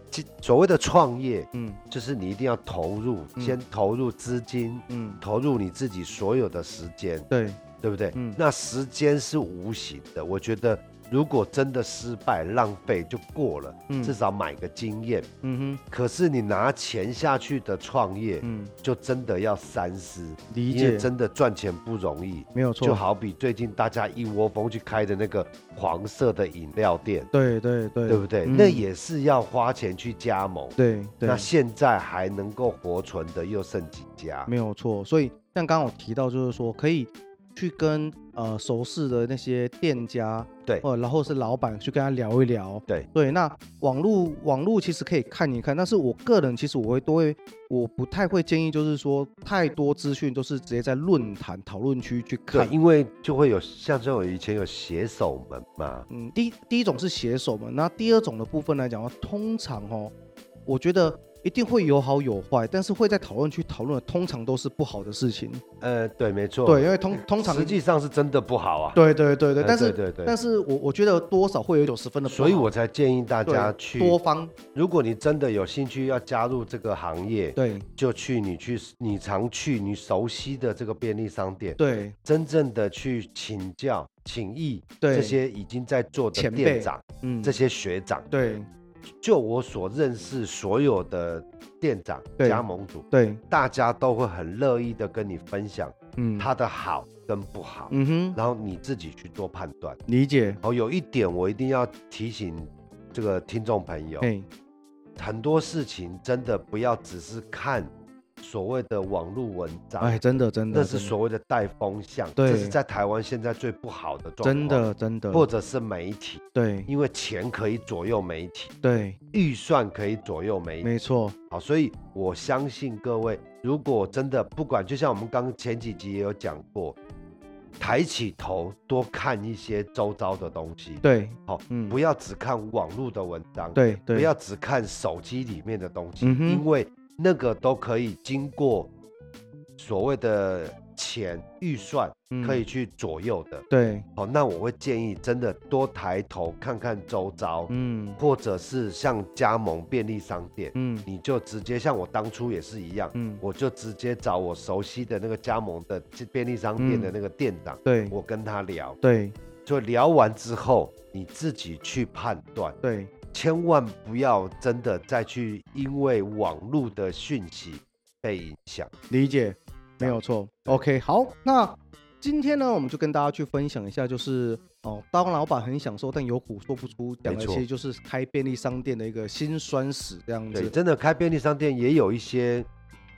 Speaker 2: 其所谓的创业，
Speaker 1: 嗯
Speaker 2: 就是你一定要投入，
Speaker 1: 嗯
Speaker 2: 先投入资金，
Speaker 1: 嗯，
Speaker 2: 投入你自己所有的时间，
Speaker 1: 对，
Speaker 2: 对不对？
Speaker 1: 嗯
Speaker 2: 那时间是无形的，我觉得如果真的失败浪费就过了，
Speaker 1: 嗯
Speaker 2: 至少买个经验。
Speaker 1: 嗯哼，
Speaker 2: 可是你拿钱下去的创业，
Speaker 1: 嗯，
Speaker 2: 就真的要三思，
Speaker 1: 理
Speaker 2: 因为
Speaker 1: 解，
Speaker 2: 真的赚钱不容易。
Speaker 1: 没有错，
Speaker 2: 就，好比最近大家一窝蜂去开的那个黄色的饮料店，
Speaker 1: 对对对，
Speaker 2: 对不对？
Speaker 1: 嗯
Speaker 2: 那也是要花钱去加盟。
Speaker 1: 对对
Speaker 2: 那，现在还能够活存的又剩几家？
Speaker 1: 没有错。所以像刚刚我提到，就是说可以去跟呃熟识的那些店家，
Speaker 2: 对
Speaker 1: 或者然后是老板去跟他聊一聊，
Speaker 2: 对
Speaker 1: 对。那网络网络其实可以看一看，但是我个人其实我会都会，我不太会建议，就是说太多资讯都是直接在论坛讨论区去
Speaker 2: 对，
Speaker 1: 看。
Speaker 2: 因为就会有像这种以前有携手门嘛，
Speaker 1: 嗯，第一第一种是写手嘛，那第二种的部分来讲的话，通常哦，我觉得一定会有好有坏，但是会在讨论区讨论的，通常都是不好的事情。
Speaker 2: 呃，对，没错，
Speaker 1: 对，，因为通通常
Speaker 2: 实际上是真的不好啊。
Speaker 1: 对对对对，
Speaker 2: 呃
Speaker 1: 但是
Speaker 2: 对对
Speaker 1: 但
Speaker 2: 对，
Speaker 1: 是我我觉得多少会有一种十分的不好，
Speaker 2: 所以我才建议大
Speaker 1: 对
Speaker 2: 家去，
Speaker 1: 多方
Speaker 2: 如果你真的有兴趣要加入这个行业，
Speaker 1: 对
Speaker 2: 就去你去你常去你熟悉的这个便利商店，
Speaker 1: 对
Speaker 2: 真正的去请教、请益
Speaker 1: 对
Speaker 2: 这些已经在做的
Speaker 1: 前辈
Speaker 2: 店长、
Speaker 1: 嗯
Speaker 2: 这些学长。
Speaker 1: 对
Speaker 2: 就我所认识所有的店长
Speaker 1: 对
Speaker 2: 加盟主，
Speaker 1: 对
Speaker 2: 大家都会很乐意的跟你分享
Speaker 1: 嗯
Speaker 2: 他的好跟不好，
Speaker 1: 嗯哼
Speaker 2: 然后你自己去做判断。
Speaker 1: 理解
Speaker 2: 哦，有一点我一定要提醒这个听众朋友，
Speaker 1: 嘿
Speaker 2: 很多事情真的不要只是看所谓的网络文章，
Speaker 1: 哎真的真的
Speaker 2: 那是所谓的带风向，
Speaker 1: 对
Speaker 2: 这是在台湾现在最不好的状
Speaker 1: 真，
Speaker 2: 况，
Speaker 1: 的真的
Speaker 2: 或者是媒体，
Speaker 1: 对
Speaker 2: 因为钱可以左右媒体，
Speaker 1: 对
Speaker 2: 预算可以左右媒体。
Speaker 1: 没错
Speaker 2: 好，所以我相信各位，如果真的不管，就像我们刚前几集也有讲过，抬起头多看一些周遭的东西，
Speaker 1: 对
Speaker 2: 好
Speaker 1: 嗯
Speaker 2: 不要只看网络的文章，，
Speaker 1: 对对
Speaker 2: 不要只看手机里面的东西，
Speaker 1: 嗯哼
Speaker 2: 因为那个都可以经过所谓的钱预算
Speaker 1: 嗯
Speaker 2: 可以去左右的。
Speaker 1: 对
Speaker 2: 好，那我会建议真的多抬头看看周遭，
Speaker 1: 嗯
Speaker 2: 或者是像加盟便利商店。
Speaker 1: 嗯
Speaker 2: 你就直接像我当初也是一样，
Speaker 1: 嗯
Speaker 2: 我就直接找我熟悉的那个加盟的便利商店的
Speaker 1: 嗯
Speaker 2: 那个店长，
Speaker 1: 对
Speaker 2: 我跟他聊，
Speaker 1: 对
Speaker 2: 就聊完之后你自己去判断，
Speaker 1: 对
Speaker 2: 千万不要真的再去因为网络的讯息被影响。
Speaker 1: 理解，没有错。OK，好，那今天呢，我们就跟大家去分享一下，就是哦，当老板很享受，但有苦说不出，讲的
Speaker 2: 没
Speaker 1: 其
Speaker 2: 错
Speaker 1: 实就是开便利商店的一个辛酸史这样
Speaker 2: 对，
Speaker 1: 子。
Speaker 2: 真的开便利商店也有一些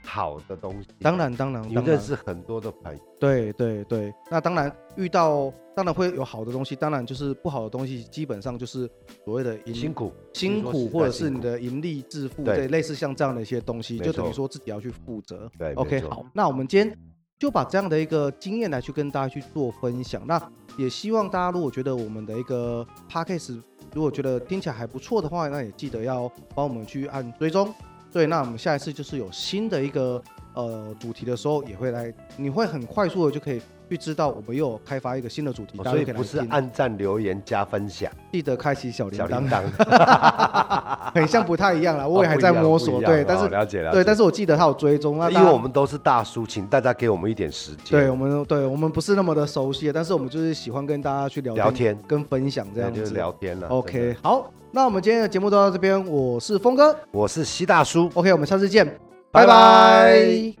Speaker 2: 好的东西，
Speaker 1: 当。然，当然，
Speaker 2: 你
Speaker 1: 当
Speaker 2: 认
Speaker 1: 然，
Speaker 2: 识很多的朋友，
Speaker 1: 对对对。那当然，遇到当然会有好的东西，当然就是不好的东西，基本上就是所谓的盈
Speaker 2: 辛苦，
Speaker 1: 辛
Speaker 2: 你说
Speaker 1: 苦，
Speaker 2: 实在
Speaker 1: 或者是
Speaker 2: 辛苦
Speaker 1: 你的盈利致富，
Speaker 2: 对
Speaker 1: 对，类似像这样的一些东西，
Speaker 2: 没
Speaker 1: 就等于
Speaker 2: 错
Speaker 1: 说自己要去负责。
Speaker 2: 对没
Speaker 1: OK，
Speaker 2: 错
Speaker 1: 好，那我们今天就把这样的一个经验来去跟大家去做分享。那也希望大家如果觉得我们的一个 podcast 如果觉得听起来还不错的话，那也记得要帮我们去按追踪。对，那我们下一次就是有新的一个呃主题的时候，也会来，你会很快速的就可以去知道我们又有开发一个新的主题，
Speaker 2: 哦
Speaker 1: 大
Speaker 2: 所
Speaker 1: 家就
Speaker 2: 以
Speaker 1: 可以来
Speaker 2: 不是
Speaker 1: 听
Speaker 2: 按赞、留言、加分享、
Speaker 1: 记得开启小铃
Speaker 2: 小
Speaker 1: 铛
Speaker 2: 铃。铛。
Speaker 1: 很像不太一 样啦，我也
Speaker 2: 哦
Speaker 1: 还
Speaker 2: 不一
Speaker 1: 在
Speaker 2: 样
Speaker 1: 摸
Speaker 2: 不一
Speaker 1: 索，
Speaker 2: 样
Speaker 1: 对，
Speaker 2: 哦
Speaker 1: 但是
Speaker 2: 了解了解，
Speaker 1: 对，但是我记得他有追踪，那
Speaker 2: 因为我
Speaker 1: 大家
Speaker 2: 们都是大叔，请大家给我们一点时间，
Speaker 1: 对我们对我们不是那么的熟悉，但是我们就是喜欢跟大家去聊
Speaker 2: 聊天
Speaker 1: 跟分享这
Speaker 2: 那
Speaker 1: 样
Speaker 2: 就是
Speaker 1: 子。
Speaker 2: 聊天了。真
Speaker 1: OK，
Speaker 2: 的
Speaker 1: 好，那我们今天的节目就到这边，我是峰哥
Speaker 2: 我是西大叔，
Speaker 1: ，OK，我们下次见，拜
Speaker 2: 拜
Speaker 1: 拜
Speaker 2: 拜